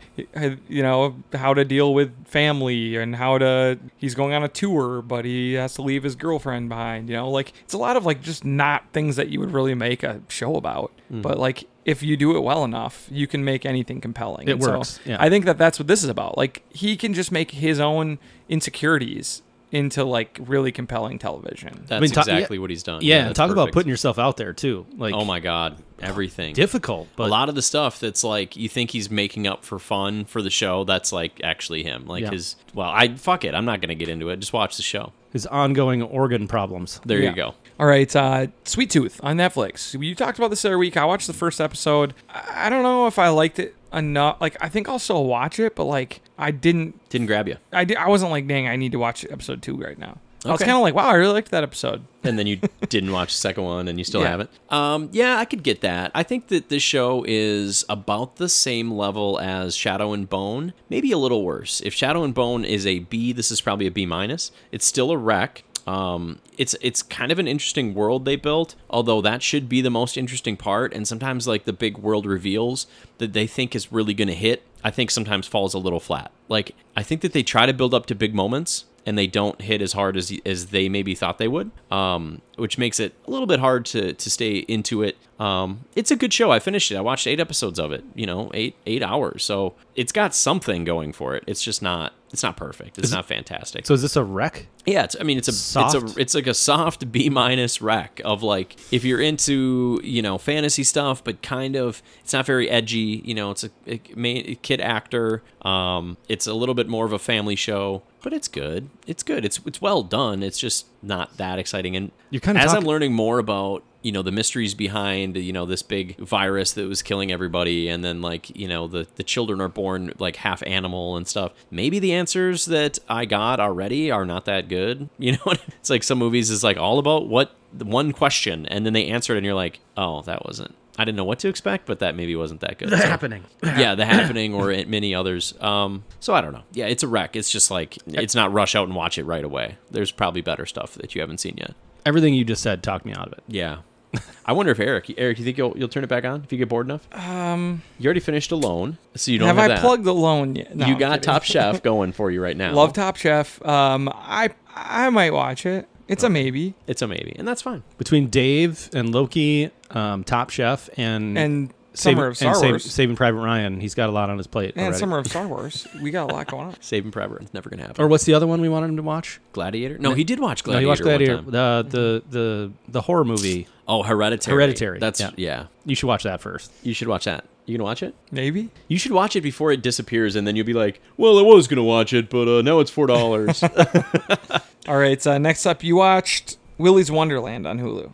[SPEAKER 1] you know how to deal with family and how to he's going on a tour but he has to leave his girlfriend behind you know like it's a lot of like just not things that you would really make a show about
[SPEAKER 2] Mm.
[SPEAKER 1] but like if you do it well enough you can make anything compelling
[SPEAKER 2] It
[SPEAKER 1] And so
[SPEAKER 2] works, yeah.
[SPEAKER 1] i think that that's what this is about like he can just make his own insecurities into like really compelling television
[SPEAKER 3] That's
[SPEAKER 2] mean, ta- yeah.
[SPEAKER 3] exactly what he's done.
[SPEAKER 2] Yeah, and
[SPEAKER 3] that's
[SPEAKER 2] talk about
[SPEAKER 3] perfect.
[SPEAKER 2] putting yourself out there too. Like,
[SPEAKER 3] Oh my God, everything.
[SPEAKER 2] difficult, but
[SPEAKER 3] a lot of the stuff that's like you think he's making up for fun for the show, that's like actually him. Like
[SPEAKER 2] Yeah.
[SPEAKER 3] his well, I fuck it. I'm not gonna get into it. Just watch the show.
[SPEAKER 2] his ongoing organ problems.
[SPEAKER 3] There
[SPEAKER 1] Yeah.
[SPEAKER 3] you go.
[SPEAKER 1] All right, uh, Sweet Tooth on Netflix. You talked about this the other week. I watched the first episode. I I don't know if I liked it enough. Like, I think I'll still watch it, but like, I didn't.
[SPEAKER 3] Didn't grab you,
[SPEAKER 1] I di- I wasn't like, dang, I need to watch episode two right now. I was
[SPEAKER 3] Okay.
[SPEAKER 1] kind of like, wow, I really liked that episode.
[SPEAKER 3] and then you didn't watch the second one, and you still
[SPEAKER 1] Yeah.
[SPEAKER 3] haven't. Um, yeah, I could get that. I think that this show is about the same level as Shadow and Bone, maybe a little worse. If Shadow and Bone is a B, this is probably a B minus. It's still a wreck. Um, it's it's kind of an interesting world they built, although that should be the most interesting part. And sometimes like the big world reveals that they think is really going to hit, I think sometimes falls a little flat. Like I think that they try to build up to big moments and they don't hit as hard as as they maybe thought they would, um, which makes it a little bit hard to to stay into it. Um, it's a good show. I finished it. I watched eight episodes of it. You know, eight eight hours. So it's got something going for it. It's just not. It's not perfect. It's not fantastic.
[SPEAKER 2] So is this a wreck?
[SPEAKER 3] Yeah, it's, I mean, it's a it's
[SPEAKER 2] Soft?
[SPEAKER 3] a it's like a soft B minus rack of like if you're into you know fantasy stuff, but kind of it's not very edgy. You know, it's a, a ma- a kid actor. Um, it's a little bit more of a family show, but it's good. It's good. It's it's well done. It's just not that exciting. And
[SPEAKER 2] You're kinda
[SPEAKER 3] as I'm
[SPEAKER 2] talk-
[SPEAKER 3] learning more about you know the mysteries behind you know this big virus that was killing everybody and then like you know the the children are born like half animal and stuff maybe the answers that i got already are not that good you know it's like some movies is like all about what the one question and then they answer it and you're like oh that wasn't i didn't know what to expect but that maybe wasn't that good So- yeah, The Happening or it- many others. Um, so I don't know. Yeah, it's a wreck. It's just like it's not rush out and watch it right away. There's probably better stuff that you haven't seen yet.
[SPEAKER 2] Everything you just said talked me out of it.
[SPEAKER 3] Yeah. I wonder if Eric, Eric, you think you'll you'll turn it back on if you get bored enough? Um, you already finished Alone, so you don't
[SPEAKER 1] Have
[SPEAKER 3] have,
[SPEAKER 1] I
[SPEAKER 3] that.
[SPEAKER 1] plugged the loan yet? No,
[SPEAKER 3] you
[SPEAKER 1] I'm
[SPEAKER 3] got
[SPEAKER 1] kidding.
[SPEAKER 3] Top Chef going for you right now.
[SPEAKER 1] Love Top Chef. Um, I I might watch it. It's a maybe.
[SPEAKER 3] It's a maybe, and that's fine.
[SPEAKER 2] Between Dave and Loki, um, Top Chef, and
[SPEAKER 1] And
[SPEAKER 2] Saving-
[SPEAKER 1] Summer of Star
[SPEAKER 2] and Save-
[SPEAKER 1] Wars.
[SPEAKER 2] Saving Private Ryan, he's got a lot on his plate.
[SPEAKER 1] and
[SPEAKER 2] already.
[SPEAKER 1] Summer of Star Wars. We got a lot going on.
[SPEAKER 3] Saving Private, it's never gonna happen.
[SPEAKER 2] or
[SPEAKER 3] Or
[SPEAKER 2] what's the other one we wanted him to watch?
[SPEAKER 3] Gladiator? No, he did watch
[SPEAKER 2] Oh. no,
[SPEAKER 3] Gladiator.
[SPEAKER 2] he watched Gladiator.
[SPEAKER 3] One time.
[SPEAKER 2] The, the the the horror movie.
[SPEAKER 3] Oh, Hereditary.
[SPEAKER 2] Hereditary,
[SPEAKER 3] That's
[SPEAKER 2] yeah.
[SPEAKER 3] yeah.
[SPEAKER 2] You should watch that first.
[SPEAKER 3] You should watch that. You gonna watch it?
[SPEAKER 1] Maybe.
[SPEAKER 3] You should watch it before it disappears, and then you'll be like, "Well, I was gonna watch it, but uh, now it's four dollars."
[SPEAKER 1] All right. Uh, next up, you watched Willy's Wonderland on Hulu.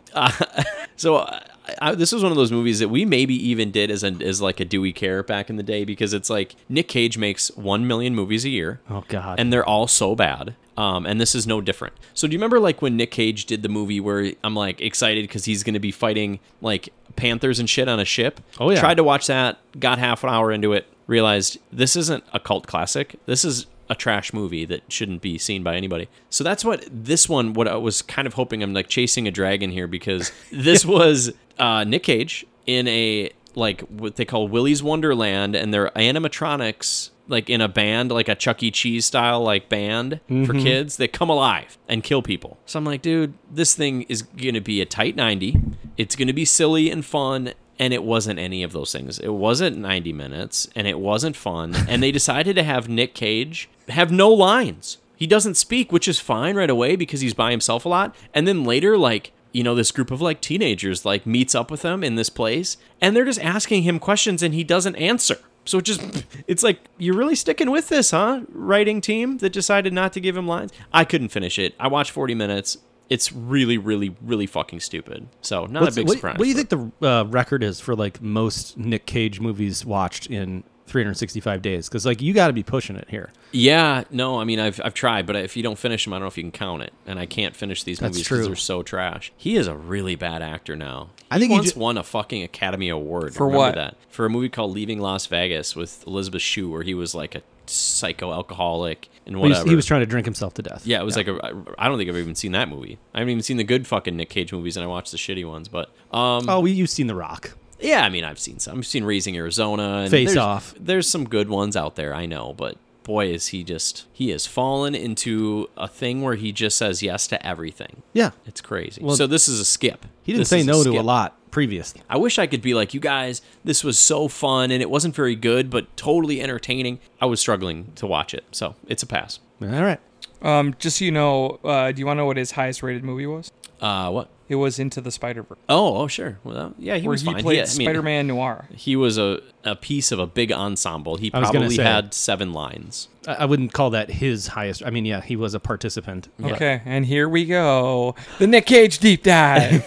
[SPEAKER 3] so I, I, this was one of those movies that we maybe even did as an as like a Do We Care back in the day because it's like Nick Cage makes one million movies a year.
[SPEAKER 2] Oh, God.
[SPEAKER 3] And they're all so bad. Um, and this is no different. So do you remember like when Nick Cage did the movie where I'm like excited because he's gonna be fighting like panthers and shit on a ship?
[SPEAKER 2] Oh, yeah.
[SPEAKER 3] Tried to watch that, got half an hour into it, realized this isn't a cult classic. This is a trash movie that shouldn't be seen by anybody. So that's what this one, what I was kind of hoping, I'm like chasing a dragon here because this was uh, Nick Cage in a like what they call Willy's Wonderland and they're animatronics like in a band like a Chuck E Cheese style like band for
[SPEAKER 2] Mm-hmm.
[SPEAKER 3] kids that come alive and kill people. So I'm like, dude, this thing is going to be a tight 90. It's going to be silly and fun and it wasn't any of those things. It wasn't 90 minutes and it wasn't fun. and they decided to have Nick Cage have no lines. He doesn't speak, which is fine right away because he's by himself a lot. And then later, like, you know, this group of like teenagers like meets up with him in this place and they're just asking him questions and he doesn't answer. So it just it's like you're really sticking with this, huh? Writing team that decided not to give him lines. I couldn't finish it. I watched 40 minutes. It's really, really, really fucking stupid. So not
[SPEAKER 2] What's-
[SPEAKER 3] a big
[SPEAKER 2] what,
[SPEAKER 3] surprise.
[SPEAKER 2] What do you
[SPEAKER 3] but-
[SPEAKER 2] think the uh, record is for like most Nick Cage movies watched in 365 days? Because like you got to be pushing it here.
[SPEAKER 3] Yeah, no, I mean, I've, I've tried, but if you don't finish them, I don't know if you can count it. And I can't finish these
[SPEAKER 2] That's
[SPEAKER 3] movies because
[SPEAKER 2] true.
[SPEAKER 3] they're so trash. He is a really bad actor now.
[SPEAKER 2] I think
[SPEAKER 3] he
[SPEAKER 2] he
[SPEAKER 3] once
[SPEAKER 2] ju-
[SPEAKER 3] won a fucking Academy Award.
[SPEAKER 1] For
[SPEAKER 3] Remember
[SPEAKER 1] what?
[SPEAKER 3] That for a movie called Leaving Las Vegas with Elizabeth Shue, where he was like a psycho alcoholic and
[SPEAKER 2] He was-
[SPEAKER 3] whatever.
[SPEAKER 2] He was trying to drink himself to death.
[SPEAKER 3] Yeah, it was like a. I I don't think I've even seen that movie. I haven't even seen the good fucking Nick Cage movies, and I watched the shitty ones. But um,
[SPEAKER 2] oh, we, you've seen The Rock.
[SPEAKER 3] yeah, I mean, I've seen some. I've seen Raising Arizona. And
[SPEAKER 2] Face
[SPEAKER 3] there's,
[SPEAKER 2] Off.
[SPEAKER 3] There's some good ones out there, I know, but boy, is he just he has fallen into a thing where he just says yes to everything.
[SPEAKER 2] Yeah,
[SPEAKER 3] It's crazy.
[SPEAKER 2] Well,
[SPEAKER 3] so this is a skip.
[SPEAKER 2] he didn't
[SPEAKER 3] This
[SPEAKER 2] say
[SPEAKER 3] is
[SPEAKER 2] no to a
[SPEAKER 3] skip.
[SPEAKER 2] lot previously.
[SPEAKER 3] I wish I could be like you guys. This was so fun, and it wasn't very good, but totally entertaining. I was struggling to watch it, so it's a pass.
[SPEAKER 2] All right.
[SPEAKER 1] Um, just so you know, uh, do you want to know what his highest rated movie was?
[SPEAKER 3] Uh, what?
[SPEAKER 1] It was Into the Spider Verse,
[SPEAKER 3] Oh, oh, sure. Well, that- yeah, he
[SPEAKER 1] where
[SPEAKER 3] was
[SPEAKER 1] he
[SPEAKER 3] fine.
[SPEAKER 1] played
[SPEAKER 3] yeah, I mean,
[SPEAKER 1] Spider-Man Noir.
[SPEAKER 3] He was a, a piece of a big ensemble. He
[SPEAKER 2] I was gonna
[SPEAKER 3] probably
[SPEAKER 2] say.
[SPEAKER 3] had seven lines.
[SPEAKER 2] I, I wouldn't call that his highest. I mean, yeah, he was a participant. Oh, but-
[SPEAKER 1] Okay, and here we go. The Nick Cage deep dive.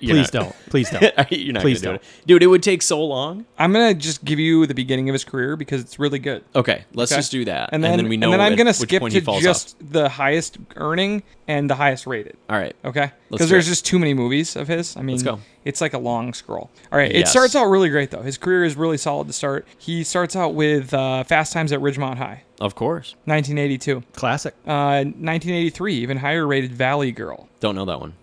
[SPEAKER 3] You're
[SPEAKER 2] Please
[SPEAKER 3] not-
[SPEAKER 2] don't. Please don't.
[SPEAKER 3] You're not
[SPEAKER 2] Please
[SPEAKER 3] gonna do it, dude. It would take so long.
[SPEAKER 1] I'm gonna just give you the beginning of his career because it's really good.
[SPEAKER 3] Okay, Oh, let's
[SPEAKER 1] Okay.
[SPEAKER 3] just do that,
[SPEAKER 1] And then,
[SPEAKER 3] we know.
[SPEAKER 1] And then I'm
[SPEAKER 3] at
[SPEAKER 1] gonna
[SPEAKER 3] which
[SPEAKER 1] skip
[SPEAKER 3] point
[SPEAKER 1] to
[SPEAKER 3] he falls
[SPEAKER 1] just the highest earning and the highest rated.
[SPEAKER 3] off. All right.
[SPEAKER 1] Okay,
[SPEAKER 3] Let's do
[SPEAKER 1] because there's
[SPEAKER 3] it.
[SPEAKER 1] just too many movies of his. I mean,
[SPEAKER 3] go.
[SPEAKER 1] it's like a long scroll. All right, it
[SPEAKER 3] Yes.
[SPEAKER 1] starts out really great though. His career is really solid to start. He starts out with uh, Fast Times at Ridgemont High,
[SPEAKER 3] Of course.
[SPEAKER 1] 1982,
[SPEAKER 2] Classic.
[SPEAKER 1] uh, 1983, even higher rated Valley Girl,
[SPEAKER 3] Don't know that one.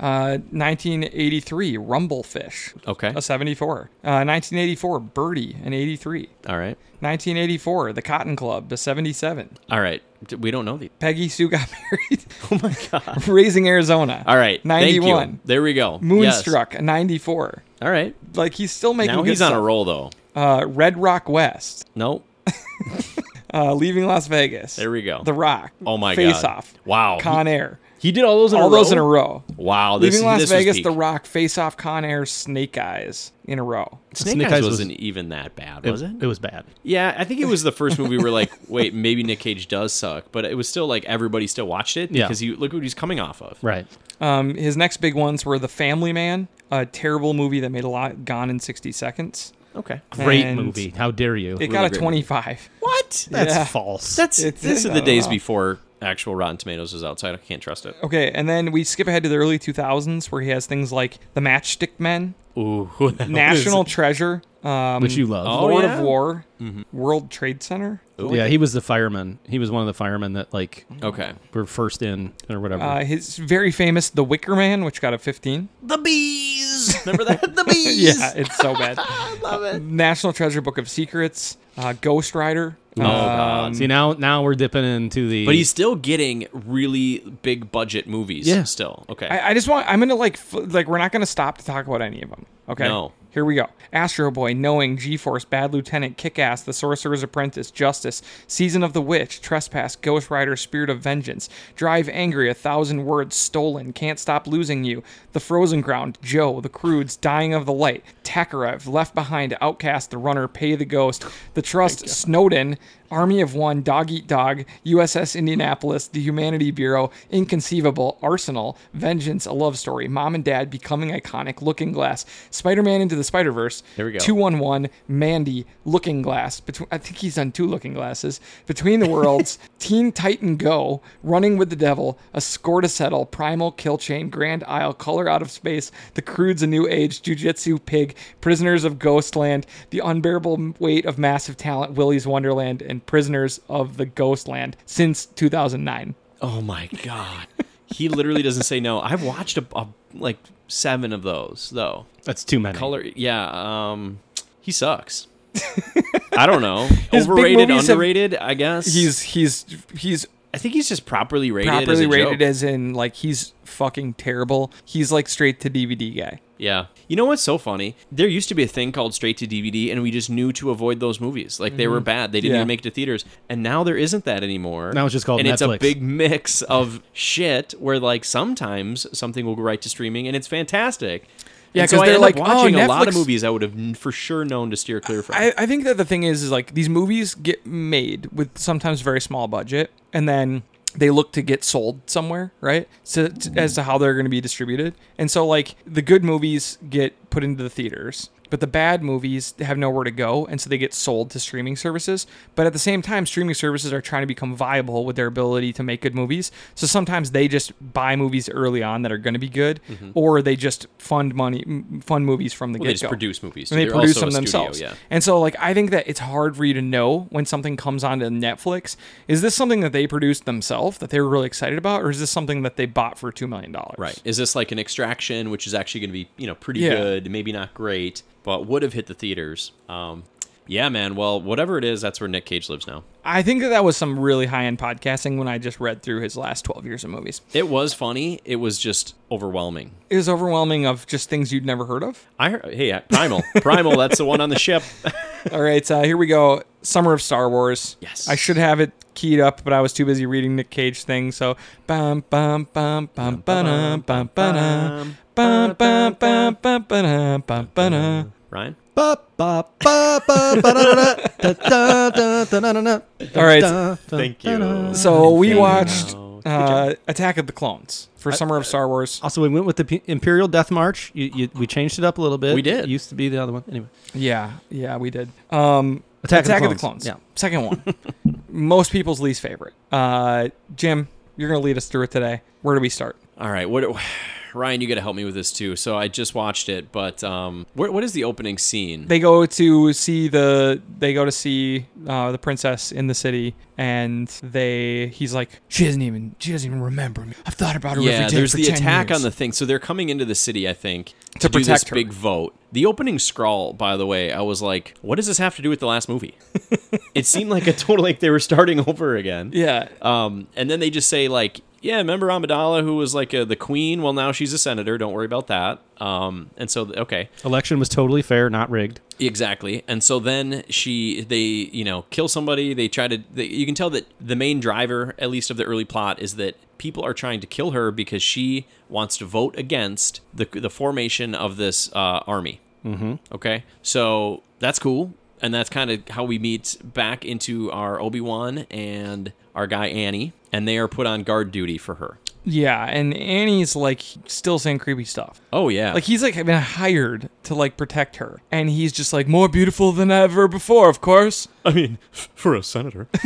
[SPEAKER 1] uh, 1983 Rumblefish,
[SPEAKER 3] Okay.
[SPEAKER 1] a 74, uh, 1984 Birdie, an 83,
[SPEAKER 3] All right.
[SPEAKER 1] 1984 The Cotton Club, a 77.
[SPEAKER 3] All right. D- We don't know the.
[SPEAKER 1] Peggy Sue got married. Oh my god. Raising Arizona.
[SPEAKER 3] All right. thank you.
[SPEAKER 1] 91.
[SPEAKER 3] There we go. Yes.
[SPEAKER 1] Moonstruck, a 94.
[SPEAKER 3] All right.
[SPEAKER 1] Like he's still making
[SPEAKER 3] Now
[SPEAKER 1] good
[SPEAKER 3] he's on a
[SPEAKER 1] stuff.
[SPEAKER 3] roll though.
[SPEAKER 1] Uh, Red Rock West,
[SPEAKER 3] Nope.
[SPEAKER 1] uh, Leaving Las Vegas.
[SPEAKER 3] There we go.
[SPEAKER 1] The Rock.
[SPEAKER 3] Oh my god.
[SPEAKER 1] Face Off.
[SPEAKER 3] Wow.
[SPEAKER 1] Con Air.
[SPEAKER 3] he, he did all those in
[SPEAKER 1] All
[SPEAKER 3] a row.
[SPEAKER 1] those in a row.
[SPEAKER 3] Wow. This,
[SPEAKER 1] Leaving Las
[SPEAKER 3] this was
[SPEAKER 1] Vegas,
[SPEAKER 3] peak.
[SPEAKER 1] The Rock, Face Off, Con Air, Snake Eyes in a row.
[SPEAKER 3] Snake,
[SPEAKER 2] Snake
[SPEAKER 3] Eyes,
[SPEAKER 2] Eyes was-
[SPEAKER 3] wasn't even that bad, was it?
[SPEAKER 2] It was bad.
[SPEAKER 3] Yeah, I think it was the first movie where like, wait, maybe Nick Cage does suck, but it was still like everybody still watched it
[SPEAKER 2] Yeah.
[SPEAKER 3] because you look what he's coming off of.
[SPEAKER 2] Right.
[SPEAKER 1] Um, his next big ones were The Family Man, a terrible movie that made a lot, gone in 60 seconds.
[SPEAKER 3] Okay.
[SPEAKER 2] Great
[SPEAKER 1] And
[SPEAKER 2] movie. How dare you?
[SPEAKER 1] It got a
[SPEAKER 3] great movie.
[SPEAKER 1] 25.
[SPEAKER 3] What?
[SPEAKER 2] That's
[SPEAKER 1] yeah.
[SPEAKER 2] false.
[SPEAKER 3] That's
[SPEAKER 1] It's-
[SPEAKER 3] this is
[SPEAKER 1] I
[SPEAKER 3] the
[SPEAKER 1] don't
[SPEAKER 3] days
[SPEAKER 1] know.
[SPEAKER 3] before actual Rotten Tomatoes was outside. I can't trust it.
[SPEAKER 1] Okay, and then we skip ahead to the early 2000s where he has things like The Matchstick Men,
[SPEAKER 3] Ooh,
[SPEAKER 1] National Treasure, um,
[SPEAKER 2] which you love.
[SPEAKER 3] Oh,
[SPEAKER 1] Lord
[SPEAKER 3] yeah? Mm-hmm.
[SPEAKER 1] of War, World Trade Center.
[SPEAKER 2] yeah, he was the fireman. He was one of the firemen that like
[SPEAKER 3] Okay.
[SPEAKER 2] were first in or whatever.
[SPEAKER 1] Uh, his very famous The Wicker Man, which got a 15.
[SPEAKER 3] The bees. Remember that? The bees.
[SPEAKER 1] Yeah, Uh, it's so bad. Uh,
[SPEAKER 3] I love it.
[SPEAKER 1] National Treasure Book of Secrets, uh, Ghost Rider.
[SPEAKER 2] oh god. See now now we're dipping into the
[SPEAKER 3] um, But he's still getting really big budget movies.
[SPEAKER 2] Yeah.
[SPEAKER 3] Still. Okay.
[SPEAKER 1] I, I just want. I'm gonna like f- like we're not gonna stop to talk about any of them. Okay.
[SPEAKER 3] No.
[SPEAKER 1] Here we go. Astro Boy, Knowing, G-Force, Bad Lieutenant, Kick-Ass, The Sorcerer's Apprentice, Justice, Season of the Witch, Trespass, Ghost Rider, Spirit of Vengeance, Drive Angry, A Thousand Words, Stolen, Can't Stop Losing You, The Frozen Ground, Joe, The Crudes, Dying of the Light, Takarev, Left Behind, Outcast, The Runner, Pay the Ghost, The Trust, Snowden, Army of One, Dog Eat Dog, USS Indianapolis, The Humanity Bureau, Inconceivable, Arsenal, Vengeance, A Love Story, Mom and Dad, Becoming Iconic, Looking Glass, Spider Man Into the Spider Verse,
[SPEAKER 3] There we go.
[SPEAKER 1] 211, Mandy, Looking Glass, between, I think he's done two Looking Glasses, Between the Worlds, Teen Titan Go, Running with the Devil, A Score to Settle, Primal, Kill Chain, Grand Isle, Color Out of Space, The Crudes, A New Age, Jujitsu Pig, Prisoners of Ghostland, The Unbearable Weight of Massive Talent, Willy's Wonderland, and Prisoners of the Ghostland since 2009.
[SPEAKER 3] oh my god. he literally doesn't say no. I've watched a, a like seven of those though.
[SPEAKER 2] that's too many.
[SPEAKER 3] Color. Yeah. Um. He sucks. I don't know.
[SPEAKER 1] His big
[SPEAKER 3] Overrated,
[SPEAKER 1] movies have-
[SPEAKER 3] underrated. I guess
[SPEAKER 1] He's he's he's
[SPEAKER 3] I think he's just properly rated. as
[SPEAKER 1] properly
[SPEAKER 3] a
[SPEAKER 1] rated
[SPEAKER 3] joke.
[SPEAKER 1] as in like he's fucking terrible. He's like straight to DVD guy.
[SPEAKER 3] Yeah. You know what's so funny? There used to be a thing called straight to DVD, and we just knew to avoid those movies. Like they were bad. They didn't
[SPEAKER 1] Mm-hmm. Yeah.
[SPEAKER 3] even make it to theaters. And now there isn't that anymore.
[SPEAKER 2] Now it's just called
[SPEAKER 3] And it's a
[SPEAKER 2] Netflix.
[SPEAKER 3] big mix of shit where like sometimes something will go right to streaming, and it's fantastic.
[SPEAKER 1] Yeah,
[SPEAKER 3] And so
[SPEAKER 1] 'cause
[SPEAKER 3] I
[SPEAKER 1] they're
[SPEAKER 3] end
[SPEAKER 1] like,
[SPEAKER 3] up
[SPEAKER 1] "Oh,
[SPEAKER 3] watching a lot of
[SPEAKER 1] Netflix-
[SPEAKER 3] movies I would have n- for sure known to steer clear from.
[SPEAKER 1] I, I think that the thing is is like these movies get made with sometimes very small budget and then they look to get sold somewhere right so
[SPEAKER 3] Mm-hmm.
[SPEAKER 1] t- as to how they're going to be distributed and so like the good movies get put into the theaters but the bad movies have nowhere to go and so they get sold to streaming services but at the same time streaming services are trying to become viable with their ability to make good movies so sometimes they just buy movies early on that are going to be good or they just fund money m- fund movies from the
[SPEAKER 3] Mm-hmm. Well,
[SPEAKER 1] get-go
[SPEAKER 3] they just produce movies.
[SPEAKER 1] and they
[SPEAKER 3] They're
[SPEAKER 1] produce
[SPEAKER 3] also
[SPEAKER 1] them
[SPEAKER 3] a studio,
[SPEAKER 1] themselves.
[SPEAKER 3] yeah.
[SPEAKER 1] And so, like, I think that it's hard for you to know when something comes onto Netflix. Is this something that they produced themselves that they were really excited about, or is this something that they bought for two million dollars?
[SPEAKER 3] Right. Is this like an extraction, which is actually going to be you know pretty
[SPEAKER 1] Yeah.
[SPEAKER 3] good, maybe not great, but would have hit the theaters? Um, yeah, man. Well, whatever it is, that's where Nick Cage lives now.
[SPEAKER 1] I think that that was some really high end podcasting when I just read through his last twelve years of movies.
[SPEAKER 3] It was funny. It was just overwhelming.
[SPEAKER 1] It was overwhelming of just things you'd never heard of.
[SPEAKER 3] I heard, hey, Primal, Primal. That's the one on the ship.
[SPEAKER 1] All right, uh, here we go. Summer of Star Wars.
[SPEAKER 3] Yes.
[SPEAKER 1] I should have it keyed up, but I was too busy reading Nick Cage thing. So, bum bum bum bum bum bum
[SPEAKER 3] Um,
[SPEAKER 1] bum bum bum bum bum bum bum bum.
[SPEAKER 3] Ryan?
[SPEAKER 2] Ba, ba, ba, ba, ba, da, da, da, da, da, da, da, da, da.
[SPEAKER 1] All right.
[SPEAKER 2] Da, da,
[SPEAKER 3] Thank
[SPEAKER 2] da,
[SPEAKER 3] you.
[SPEAKER 2] da.
[SPEAKER 1] So we
[SPEAKER 3] Thank you.
[SPEAKER 1] watched
[SPEAKER 3] Good
[SPEAKER 1] uh, Attack of the Clones for Summer of Star Wars.
[SPEAKER 2] Also, we went with the P- Imperial Death March. You, you, we changed it up a little bit.
[SPEAKER 3] We did.
[SPEAKER 2] It used to be the other one. Anyway,
[SPEAKER 1] Yeah, yeah, we did. Um,
[SPEAKER 2] Attack of the Clones.
[SPEAKER 1] Yeah,
[SPEAKER 2] Yeah.
[SPEAKER 1] second one. Most people's least favorite. Uh, Jim, you're gonna lead us through it today. Where do we start?
[SPEAKER 3] All right, what Ryan, you got to help me with this too. So I just watched it, but um, what, what is the opening scene?
[SPEAKER 1] they go to see the they go to see uh, the princess in the city and they he's like she doesn't even she doesn't even remember me i've thought about her
[SPEAKER 3] yeah,
[SPEAKER 1] every day
[SPEAKER 3] there's
[SPEAKER 1] for
[SPEAKER 3] the
[SPEAKER 1] 10
[SPEAKER 3] attack
[SPEAKER 1] years."
[SPEAKER 3] on the thing. So they're coming into the city, I think,
[SPEAKER 1] To
[SPEAKER 3] to, do this
[SPEAKER 1] protect her.
[SPEAKER 3] big vote. The opening scrawl, by the way, I was like, what does this have to do with the last movie? it seemed like a total like they were starting over again.
[SPEAKER 1] yeah
[SPEAKER 3] Um, and then they just say like, yeah, remember Amidala, who was like uh the queen? Well, now she's a senator. Don't worry about that. Um, and so okay,
[SPEAKER 2] election was totally fair, not rigged.
[SPEAKER 3] Exactly. And so then she they, you know, kill somebody, they try to they, you can tell that the main driver at least of the early plot is that people are trying to kill her because she wants to vote against the the formation of this uh, army. Mhm. Okay? So that's cool. And that's kind of how we meet back into our Obi-Wan and our guy Annie, and they are put on guard duty for her.
[SPEAKER 1] yeah and annie's like still saying creepy stuff
[SPEAKER 3] Oh yeah.
[SPEAKER 1] like he's like been hired to like protect her and he's just like more beautiful than ever before of course
[SPEAKER 3] I mean, for a senator.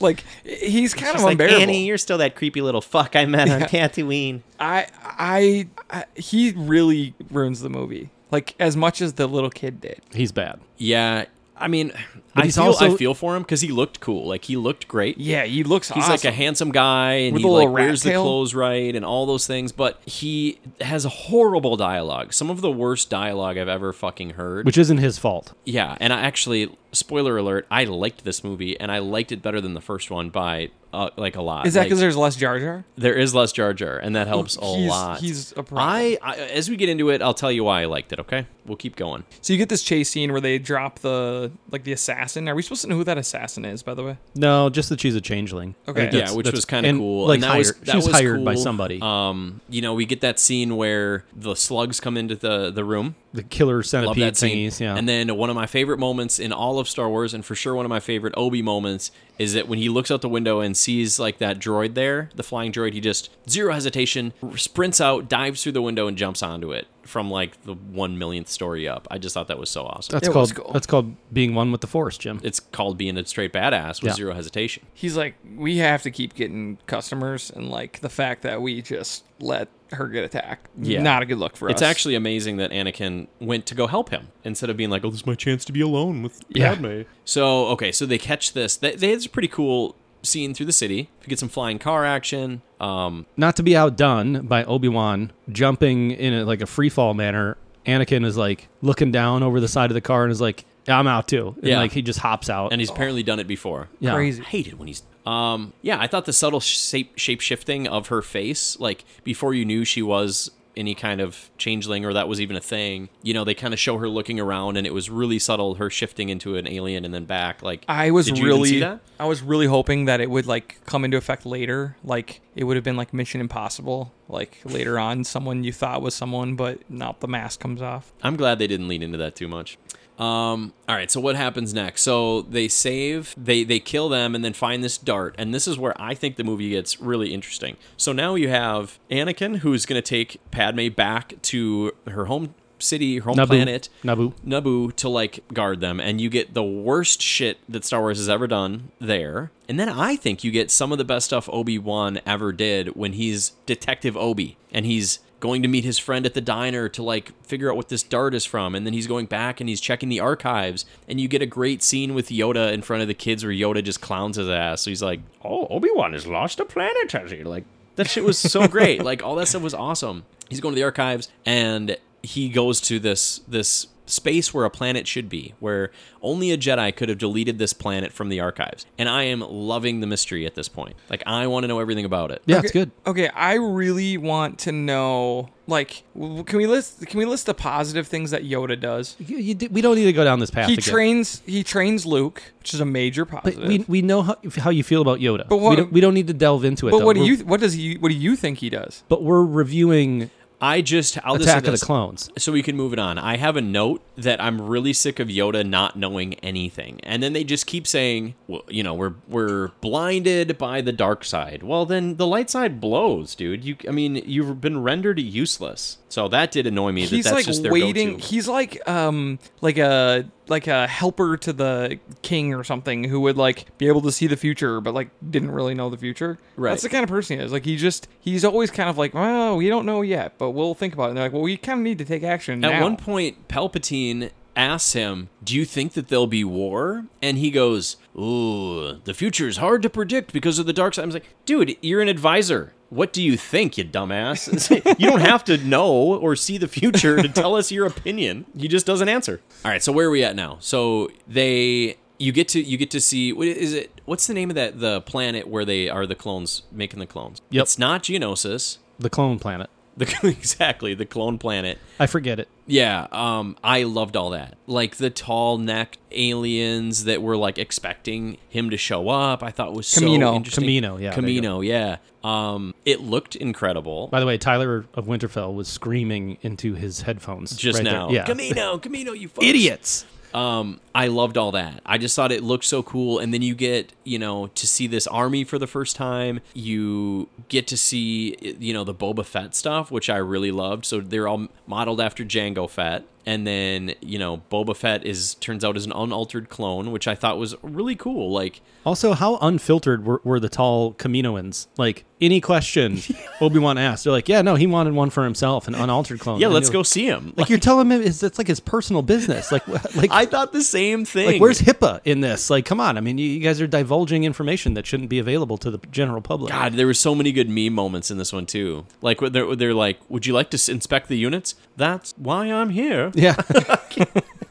[SPEAKER 1] like he's kind of unbearable
[SPEAKER 3] you're still that creepy little fuck I met on Tatooine.
[SPEAKER 1] I, I i he really ruins the movie like as much as the little kid did
[SPEAKER 2] He's bad.
[SPEAKER 3] Yeah, I mean, I
[SPEAKER 2] he's
[SPEAKER 3] feel
[SPEAKER 2] also-
[SPEAKER 3] I feel for him because he looked cool. Like he looked great.
[SPEAKER 1] yeah he looks
[SPEAKER 3] He's like a handsome guy, and
[SPEAKER 1] With
[SPEAKER 3] he
[SPEAKER 1] a little
[SPEAKER 3] like
[SPEAKER 1] rat
[SPEAKER 3] wears
[SPEAKER 1] tail.
[SPEAKER 3] the clothes right and all those things. But he has horrible dialogue. Some of the worst dialogue I've ever fucking heard.
[SPEAKER 2] Which isn't his fault.
[SPEAKER 3] yeah, and I actually, spoiler alert, I liked this movie, and I liked it better than the first one by uh, like a lot.
[SPEAKER 1] Is that
[SPEAKER 3] Like,
[SPEAKER 1] because there's less Jar Jar?
[SPEAKER 3] there is less Jar Jar, and that helps a
[SPEAKER 1] He's-
[SPEAKER 3] lot.
[SPEAKER 1] he's a problem.
[SPEAKER 3] I, I as we get into it, I'll tell you why I liked it. Okay, we'll keep going.
[SPEAKER 1] So you get this chase scene where they drop the like the assassin. Are we supposed to know who that assassin is, by the way?
[SPEAKER 2] No, just that she's a changeling. I
[SPEAKER 1] Okay.
[SPEAKER 2] think
[SPEAKER 1] Yeah,
[SPEAKER 2] that's-
[SPEAKER 3] yeah, which
[SPEAKER 2] that's-
[SPEAKER 3] was kind of
[SPEAKER 2] and,
[SPEAKER 3] cool.
[SPEAKER 2] Like
[SPEAKER 3] and that
[SPEAKER 2] hired,
[SPEAKER 3] was,
[SPEAKER 2] she
[SPEAKER 3] that
[SPEAKER 2] was,
[SPEAKER 3] was
[SPEAKER 2] hired by
[SPEAKER 3] cool.
[SPEAKER 2] somebody.
[SPEAKER 3] Um, you know, we get that scene where the slugs come into the the room.
[SPEAKER 2] the killer
[SPEAKER 3] Love
[SPEAKER 2] centipede
[SPEAKER 3] that scene.
[SPEAKER 2] thingies. Yeah,
[SPEAKER 3] And then one of my favorite moments in all of Star Wars, and for sure one of my favorite Obi moments, is that when he looks out the window and sees like that droid there, the flying droid, he just zero hesitation sprints out, dives through the window, and jumps onto it from like the one millionth story up. I just thought that was so awesome.
[SPEAKER 2] that's
[SPEAKER 1] It was
[SPEAKER 2] called
[SPEAKER 1] cool.
[SPEAKER 2] that's called being one with the force, Jim.
[SPEAKER 3] it's called being a straight badass with
[SPEAKER 2] Yeah.
[SPEAKER 3] zero hesitation.
[SPEAKER 1] He's like, we have to keep getting customers, and like the fact that we just let her get attacked,
[SPEAKER 3] Yeah.
[SPEAKER 1] not a good look for
[SPEAKER 3] It's
[SPEAKER 1] us.
[SPEAKER 3] actually amazing that Anakin went to go help him instead of being like, "Oh, this is my chance to be alone with
[SPEAKER 1] Yeah.
[SPEAKER 3] Padme." So okay, so they catch this. They, they it's a pretty cool scene through the city. You get some flying car action. Um,
[SPEAKER 2] Not to be outdone by Obi Wan jumping in a, like a free fall manner. Anakin is like looking down over the side of the car and is like, "I'm out too." And
[SPEAKER 3] Yeah.
[SPEAKER 2] like he just hops out.
[SPEAKER 1] Oh.
[SPEAKER 3] and he's apparently done it before.
[SPEAKER 2] yeah.
[SPEAKER 1] crazy.
[SPEAKER 3] I hate it when he's. Um, yeah, I thought the subtle shape shape shifting of her face, like before you knew she was any kind of changeling or that was even a thing. You know, they kind of show her looking around, and it was really subtle. Her shifting into an alien and then back. Like
[SPEAKER 1] I was
[SPEAKER 3] did you even
[SPEAKER 1] really,
[SPEAKER 3] see that?
[SPEAKER 1] I was really hoping that it would like come into effect later. Like it would have been like Mission Impossible, like later on, someone you thought was someone, but not the mask comes off.
[SPEAKER 3] I'm glad they didn't lean into that too much. Um, all right, so what happens next? So they save, they they kill them, and then find this dart, and this is where I think the movie gets really interesting. So now you have Anakin, who's going to take Padme back to her home city, her home
[SPEAKER 2] Naboo.
[SPEAKER 3] planet,
[SPEAKER 2] Naboo.
[SPEAKER 3] Naboo to like guard them, and you get the worst shit that Star Wars has ever done there. And then I think you get some of the best stuff Obi Wan ever did when he's Detective Obi and he's going to meet his friend at the diner to like figure out what this dart is from and then he's going back and he's checking the archives and you get a great scene with Yoda in front of the kids where Yoda just clowns his ass so he's like oh Obi-Wan has lost a planet has he like that shit was so great like all that stuff was awesome he's going to the archives and he goes to this this space where a planet should be, where only a Jedi could have deleted this planet from the archives. And I am loving the mystery at this point. Like I want to know everything about it.
[SPEAKER 2] Yeah, it's good.
[SPEAKER 1] Okay, I really want to know. Like, w- can we list? Can we list the positive things that Yoda does?
[SPEAKER 2] You, you di- we don't need to go down this path.
[SPEAKER 1] He
[SPEAKER 2] again.
[SPEAKER 1] trains. He trains Luke, which is a major
[SPEAKER 2] But
[SPEAKER 1] positive. But,
[SPEAKER 2] we, we know how, how you feel about Yoda.
[SPEAKER 1] But what-
[SPEAKER 2] we, don't, we don't need to delve into it. though.
[SPEAKER 1] what do
[SPEAKER 2] We're-
[SPEAKER 1] you? What does he? What do you think he does?
[SPEAKER 2] But we're reviewing
[SPEAKER 3] I just I'll just say
[SPEAKER 2] Attack of the
[SPEAKER 3] this.
[SPEAKER 2] Clones.
[SPEAKER 3] so we can move it on. I have a note that I'm really sick of Yoda not knowing anything, and then they just keep saying, well, you know, we're we're blinded by the dark side. Well, then the light side blows, dude. You, I mean, you've been rendered useless. So that did annoy me.
[SPEAKER 1] He's
[SPEAKER 3] that that's
[SPEAKER 1] like
[SPEAKER 3] just their
[SPEAKER 1] waiting.
[SPEAKER 3] Go-to.
[SPEAKER 1] He's like um like a like a helper to the king or something who would like be able to see the future, but like didn't really know the future.
[SPEAKER 3] Right.
[SPEAKER 1] That's the kind of person he is. Like he just he's always kind of like, well, we don't know yet, but we'll think about it. And they're like, well, we kind of need to take action
[SPEAKER 3] At
[SPEAKER 1] now.
[SPEAKER 3] one point, Palpatine asks him, "Do you think that there'll be war?" And he goes, "Ooh, the future is hard to predict because of the dark side." I was like, "Dude, you're an advisor. What do you think, you dumbass? It's like, you don't have to know or see the future to tell us your opinion. He just doesn't answer." All right, so where are we at now? So they you get to you get to see what is it? What's the name of that the planet where they are the clones making the clones?
[SPEAKER 2] Yep.
[SPEAKER 3] It's not Geonosis.
[SPEAKER 2] The Clone Planet.
[SPEAKER 3] The, exactly, the clone planet.
[SPEAKER 2] I forget it.
[SPEAKER 3] Yeah, um, I loved all that. Like the tall necked aliens that were like expecting him to show up. I thought was
[SPEAKER 1] Camino.
[SPEAKER 3] so interesting.
[SPEAKER 2] Camino, yeah, there you
[SPEAKER 3] Camino, yeah. Um, it looked incredible.
[SPEAKER 2] By the way, Tyler of Winterfell was screaming into his headphones
[SPEAKER 3] Just
[SPEAKER 2] right there.
[SPEAKER 3] now,
[SPEAKER 2] Yeah.
[SPEAKER 3] Camino, Camino, you fucks.
[SPEAKER 2] Idiots.
[SPEAKER 3] Um, I loved all that. I just thought it looked so cool. And then you get, you know, to see this army for the first time. You get to see, you know, the Boba Fett stuff, which I really loved. So they're all modeled after Django Fett. And then, you know, Boba Fett is turns out is an unaltered clone, which I thought was really cool. Like,
[SPEAKER 2] Also, how unfiltered were, were the tall Caminoans? Like any question Obi Wan asked, they're like, "Yeah, no, he wanted one for himself, an unaltered clone."
[SPEAKER 3] yeah,
[SPEAKER 2] And
[SPEAKER 3] let's
[SPEAKER 2] you're
[SPEAKER 3] go
[SPEAKER 2] Like,
[SPEAKER 3] see him.
[SPEAKER 2] like,
[SPEAKER 3] Like,
[SPEAKER 2] you're telling him it's, it's like his personal business. Like, wh- like,
[SPEAKER 3] I thought the same thing.
[SPEAKER 2] like where's HIPAA in this? Like, come on. I mean, you, you guys are divulging information that shouldn't be available to the general public.
[SPEAKER 3] God, there were so many good meme moments in this one too. Like where they're, they're like, "Would you like to s- inspect the units?" That's why I'm here.
[SPEAKER 2] Yeah.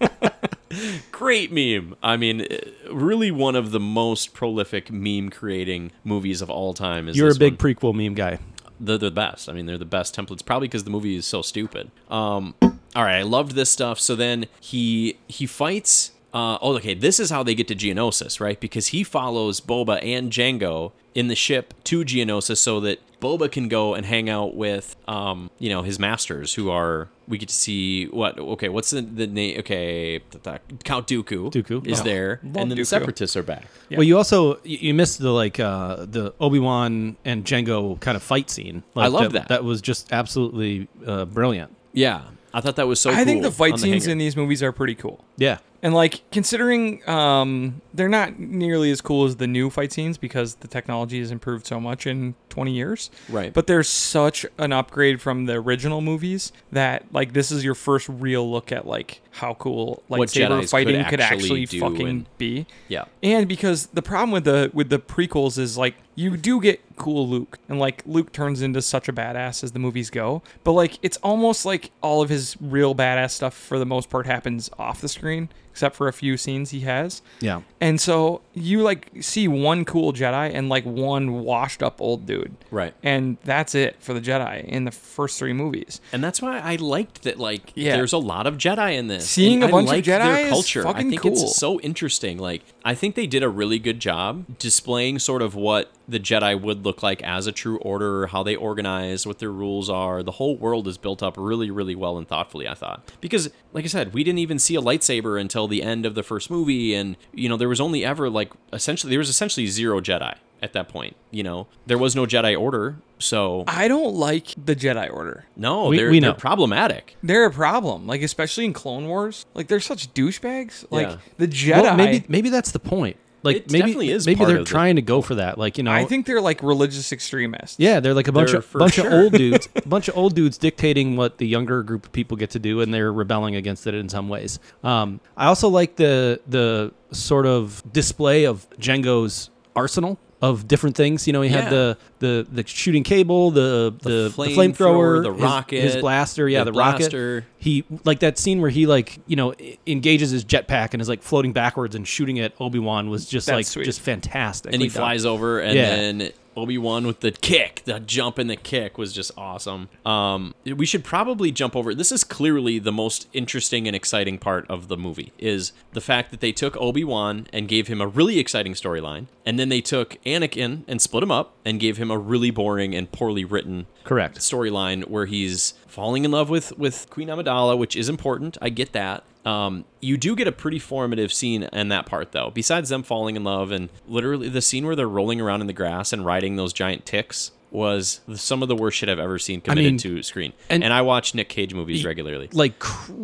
[SPEAKER 3] great meme. I mean, eh, really one of the most prolific meme creating movies of all time. Is
[SPEAKER 2] You're a
[SPEAKER 3] this
[SPEAKER 2] big
[SPEAKER 3] one.
[SPEAKER 2] prequel meme guy.
[SPEAKER 3] They're the best. I mean, they're the best templates, probably because the movie is so stupid. Um, all right, I loved this stuff. So then he he fights. Uh, oh, okay. This is how they get to Geonosis, right? Because he follows Boba and Django in the ship to Geonosis, so that Boba can go and hang out with, um, you know, his masters, who are we get to see what? Okay, what's the, the name? Okay, th- th- Count Dooku.
[SPEAKER 2] Dooku.
[SPEAKER 3] is
[SPEAKER 2] Oh,
[SPEAKER 3] there, and
[SPEAKER 1] love
[SPEAKER 3] then the
[SPEAKER 1] Dooku.
[SPEAKER 3] Separatists are back.
[SPEAKER 2] Well, you also you- you missed the like uh the Obi Wan and Django kind of fight scene. Like,
[SPEAKER 3] I love that.
[SPEAKER 2] That was just absolutely uh, brilliant.
[SPEAKER 3] Yeah, I thought that was so.
[SPEAKER 1] I think the
[SPEAKER 3] cool
[SPEAKER 1] fight
[SPEAKER 3] on
[SPEAKER 1] scenes
[SPEAKER 3] hangar.
[SPEAKER 1] in these movies are pretty cool.
[SPEAKER 2] Yeah.
[SPEAKER 1] And like considering um they're not nearly as cool as the new fight scenes because the technology has improved so much in 20 years.
[SPEAKER 3] Right.
[SPEAKER 1] But they're such an upgrade from the original movies that like this is your first real look at like how cool like
[SPEAKER 3] What Jedis
[SPEAKER 1] saber
[SPEAKER 3] could
[SPEAKER 1] fighting could
[SPEAKER 3] actually
[SPEAKER 1] actually,
[SPEAKER 3] do
[SPEAKER 1] fucking
[SPEAKER 3] and-
[SPEAKER 1] be.
[SPEAKER 3] Yeah.
[SPEAKER 1] And because the problem with the with the prequels is like you do get cool Luke and like Luke turns into such a badass as the movies go, but like it's almost like all of his real badass stuff for the most part happens off the screen except for a few scenes he has.
[SPEAKER 2] Yeah.
[SPEAKER 1] And so you like see one cool Jedi and like one washed up old dude.
[SPEAKER 3] Right.
[SPEAKER 1] And that's it for the Jedi in the first 3 movies.
[SPEAKER 3] And that's why I liked that. Like,
[SPEAKER 1] Yeah.
[SPEAKER 3] there's a lot of Jedi in this.
[SPEAKER 1] Seeing
[SPEAKER 3] and
[SPEAKER 1] a
[SPEAKER 3] I
[SPEAKER 1] bunch of
[SPEAKER 3] liked their
[SPEAKER 1] Jedi is
[SPEAKER 3] culture.
[SPEAKER 1] fucking
[SPEAKER 3] I think
[SPEAKER 1] cool.
[SPEAKER 3] it's so interesting. Like, I think they did a really good job displaying sort of what the Jedi would look like as a true order, how they organize, what their rules are. The whole world is built up really, really well and thoughtfully. I thought because, like I said, we didn't even see a lightsaber until the end of the first movie, and you know there was only ever like essentially there was essentially zero Jedi at that point. You know there was no Jedi Order, so.
[SPEAKER 1] I don't like the Jedi order.
[SPEAKER 3] no,
[SPEAKER 2] We-
[SPEAKER 3] they're,
[SPEAKER 2] we
[SPEAKER 3] they're
[SPEAKER 2] know.
[SPEAKER 3] problematic.
[SPEAKER 1] They're a problem, like especially in Clone Wars. Like they're such douchebags. Like
[SPEAKER 3] Yeah.
[SPEAKER 1] the Jedi.
[SPEAKER 2] Well, maybe maybe that's the point. Like
[SPEAKER 3] It
[SPEAKER 2] maybe
[SPEAKER 3] definitely is
[SPEAKER 2] maybe
[SPEAKER 3] part
[SPEAKER 2] they're
[SPEAKER 3] of the-
[SPEAKER 2] trying to go for that. Like you know,
[SPEAKER 1] I think they're like religious extremists.
[SPEAKER 2] yeah, they're like a bunch
[SPEAKER 3] They're
[SPEAKER 2] of
[SPEAKER 3] for
[SPEAKER 2] bunch of
[SPEAKER 3] sure.
[SPEAKER 2] old dudes, a bunch of old dudes dictating what the younger group of people get to do, and they're rebelling against it in some ways. Um, I also like the the sort of display of Django's arsenal. of different things. You know, he
[SPEAKER 3] Yeah.
[SPEAKER 2] had the the the shooting cable, the the, the
[SPEAKER 3] flamethrower,
[SPEAKER 2] flamethrower,
[SPEAKER 3] the
[SPEAKER 2] his-
[SPEAKER 3] rocket,
[SPEAKER 2] his, blaster. Yeah,
[SPEAKER 3] the
[SPEAKER 2] the,
[SPEAKER 3] blaster.
[SPEAKER 2] rocket. He like that scene where he like you know e- engages his jetpack and is like floating backwards and shooting at Obi Wan was just
[SPEAKER 1] That's
[SPEAKER 2] like
[SPEAKER 1] sweet.
[SPEAKER 2] just fantastic.
[SPEAKER 3] and he flies over and
[SPEAKER 2] Yeah.
[SPEAKER 3] then obi-wan with the kick the jump and the kick was just awesome um, we should probably jump over this is clearly the most interesting and exciting part of the movie is the fact that they took obi-wan and gave him a really exciting storyline and then they took anakin and split him up and gave him a really boring and poorly written
[SPEAKER 2] Correct.
[SPEAKER 3] storyline where he's falling in love with with Queen Amidala, which is important. I get that. Um, you do get a pretty formative scene in that part, though. Besides them falling in love and literally the scene where they're rolling around in the grass and riding those giant ticks was some of the worst shit I've ever seen committed
[SPEAKER 2] mean,
[SPEAKER 3] to screen. And,
[SPEAKER 2] and-
[SPEAKER 3] I watch Nick Cage movies regularly
[SPEAKER 2] like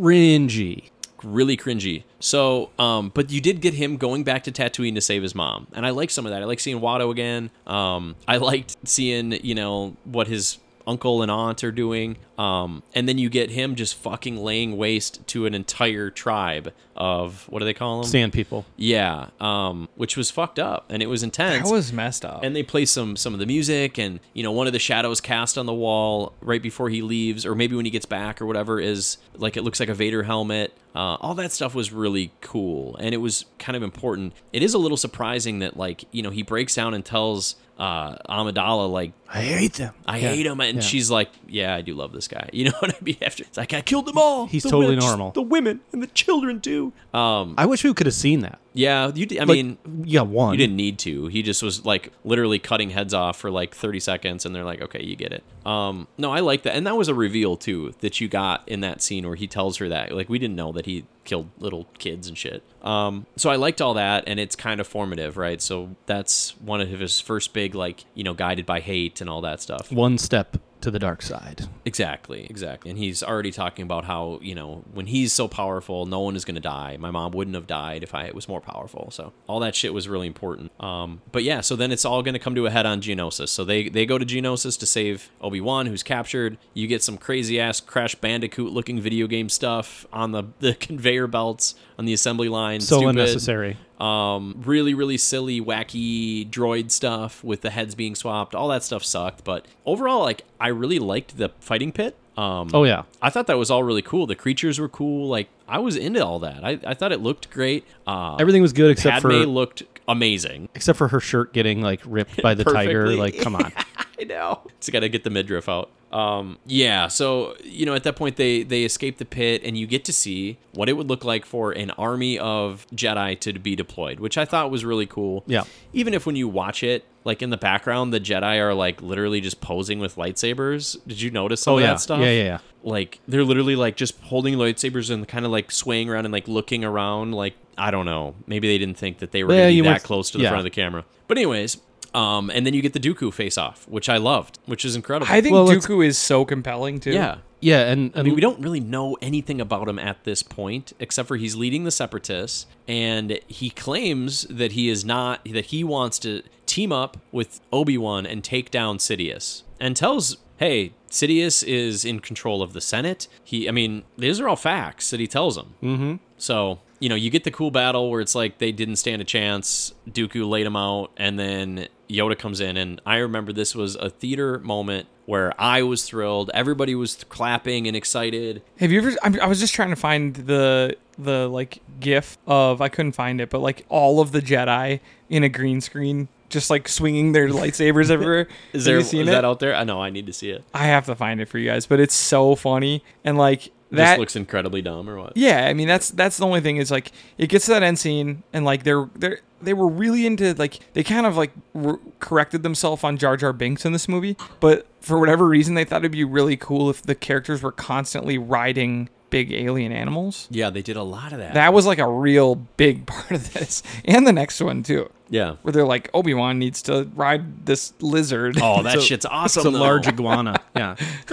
[SPEAKER 2] cringy.
[SPEAKER 3] really cringy. So, um, but you did get him going back to Tatooine to save his mom, and I like some of that. I like seeing Watto again. Um, I liked seeing you know what his uncle and aunt are doing. Um, and then you get him just fucking laying waste to an entire tribe of what do they call them?
[SPEAKER 2] Sand people.
[SPEAKER 3] Yeah, um, which was fucked up, and it was intense
[SPEAKER 1] That was messed
[SPEAKER 2] Oh.
[SPEAKER 1] up.
[SPEAKER 3] and they play some some of the music and you know one of the shadows cast on the wall right before he leaves or maybe when he gets back or whatever is like it looks like a vader helmet uh, all that stuff was really cool and it was kind of important it is a little surprising that like you know he breaks down and tells uh, Amidala like
[SPEAKER 2] I hate them.
[SPEAKER 3] I hate him, and
[SPEAKER 2] yeah.
[SPEAKER 3] she's like, "Yeah, I do love this guy." You know what I mean? After it's like, "I killed them all."
[SPEAKER 2] He's
[SPEAKER 3] The
[SPEAKER 2] totally
[SPEAKER 3] women- just
[SPEAKER 2] normal.
[SPEAKER 3] The women and the children too. Um,
[SPEAKER 2] I wish we could have seen that.
[SPEAKER 3] yeah, you. d- I mean,
[SPEAKER 2] like, yeah, one.
[SPEAKER 3] you didn't need to. He just was like literally cutting heads off for like 30 seconds, and they're like, okay, you get it. Um, no, I like that, and that was a reveal too that you got in that scene where he tells her that. Like, we didn't know that he killed little kids and shit. Um, so I liked all that, and it's kind of formative, right? So that's one of his first big like you know guided by hate and all that stuff.
[SPEAKER 2] one step to the dark side.
[SPEAKER 3] Exactly, exactly. And he's already talking about how, you know, when he's so powerful, no one is going to die. My mom wouldn't have died if I was more powerful. So all that shit was really important. Um, but yeah, so then it's all going to come to a head on Geonosis. So they, they go to Geonosis to save Obi-Wan, who's captured. You get some crazy ass Crash Bandicoot looking video game stuff on the, the conveyor belts on the assembly line.
[SPEAKER 2] So
[SPEAKER 3] Stupid
[SPEAKER 2] unnecessary.
[SPEAKER 3] um, really really silly wacky droid stuff with the heads being swapped all that stuff sucked but overall like i really liked the fighting pit um,
[SPEAKER 2] Oh yeah.
[SPEAKER 3] i thought that was all really cool the creatures were cool like i was into all that i, I thought it looked great uh,
[SPEAKER 2] Everything was good except
[SPEAKER 3] Padme
[SPEAKER 2] for
[SPEAKER 3] looked amazing
[SPEAKER 2] except for her shirt getting like ripped by the tiger.
[SPEAKER 3] Perfectly.
[SPEAKER 2] Like, come on.
[SPEAKER 3] I know. It's got to get the midriff out. Um, yeah. So you know, at that point, they they escape the pit, and you get to see what it would look like for an army of Jedi to be deployed, which I thought was really cool.
[SPEAKER 2] Yeah.
[SPEAKER 3] Even if when you watch it, like in the background, the Jedi are like literally just posing with lightsabers. Did you notice some
[SPEAKER 2] Oh,
[SPEAKER 3] of
[SPEAKER 2] yeah.
[SPEAKER 3] that stuff?
[SPEAKER 2] Yeah, yeah, yeah.
[SPEAKER 3] Like they're literally like just holding lightsabers and kind of like swaying around and like looking around. Like I don't know. Maybe they didn't think that they were
[SPEAKER 2] Yeah,
[SPEAKER 3] gonna be
[SPEAKER 2] you
[SPEAKER 3] that
[SPEAKER 2] went-
[SPEAKER 3] close to the
[SPEAKER 2] yeah.
[SPEAKER 3] front of the camera. But anyways, um, and then you get the Dooku face off, which I loved, which is incredible.
[SPEAKER 1] I think
[SPEAKER 2] Well, let's-
[SPEAKER 1] Dooku is so compelling too.
[SPEAKER 3] yeah.
[SPEAKER 2] Yeah, and,
[SPEAKER 3] I mean,
[SPEAKER 2] and
[SPEAKER 3] we don't really know anything about him at this point, except for he's leading the separatists, and he claims that he is not that he wants to team up with Obi Wan and take down Sidious, and tells, "Hey, Sidious is in control of the Senate." He, I mean, these are all facts that he tells him. Mm-hmm. So you know, you get the cool battle where it's like they didn't stand a chance. Dooku laid him out, and then Yoda comes in, and I remember this was a theater moment where I was thrilled. Everybody was clapping and excited.
[SPEAKER 1] Have you ever? I'm, I was just trying to find the the like GIF of I couldn't find it, but like all of the Jedi in a green screen, just like swinging their lightsabers everywhere.
[SPEAKER 3] Is
[SPEAKER 1] Have
[SPEAKER 3] there
[SPEAKER 1] you
[SPEAKER 3] is
[SPEAKER 1] seen it?
[SPEAKER 3] that out there? I know I need to see it.
[SPEAKER 1] I have to find it for you guys, but it's so funny and like
[SPEAKER 3] This
[SPEAKER 1] that.
[SPEAKER 3] looks incredibly dumb, or what?
[SPEAKER 1] yeah, I mean that's that's the only thing is like it gets to that end scene and like they're they're they were really into like they kind of like were, corrected themselves on Jar Jar Binks in this movie, but for whatever reason they thought it'd be really cool if the characters were constantly riding big alien animals.
[SPEAKER 3] Yeah, they did a lot of that.
[SPEAKER 1] That was like a real big part of this, and the next one too,
[SPEAKER 3] yeah.
[SPEAKER 1] where they're like Obi Wan needs to ride this lizard.
[SPEAKER 3] Oh, that
[SPEAKER 2] So-
[SPEAKER 3] shit's awesome.
[SPEAKER 2] it's a
[SPEAKER 3] though.
[SPEAKER 2] large iguana. Yeah.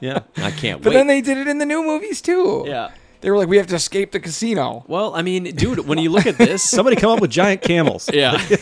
[SPEAKER 2] yeah.
[SPEAKER 3] I can't
[SPEAKER 1] but
[SPEAKER 3] wait.
[SPEAKER 1] then they did it in the new movies too.
[SPEAKER 3] Yeah.
[SPEAKER 1] they were like, we have to escape the casino.
[SPEAKER 3] well, I mean, dude, when you look at this,
[SPEAKER 2] Somebody come up with giant camels.
[SPEAKER 3] Yeah.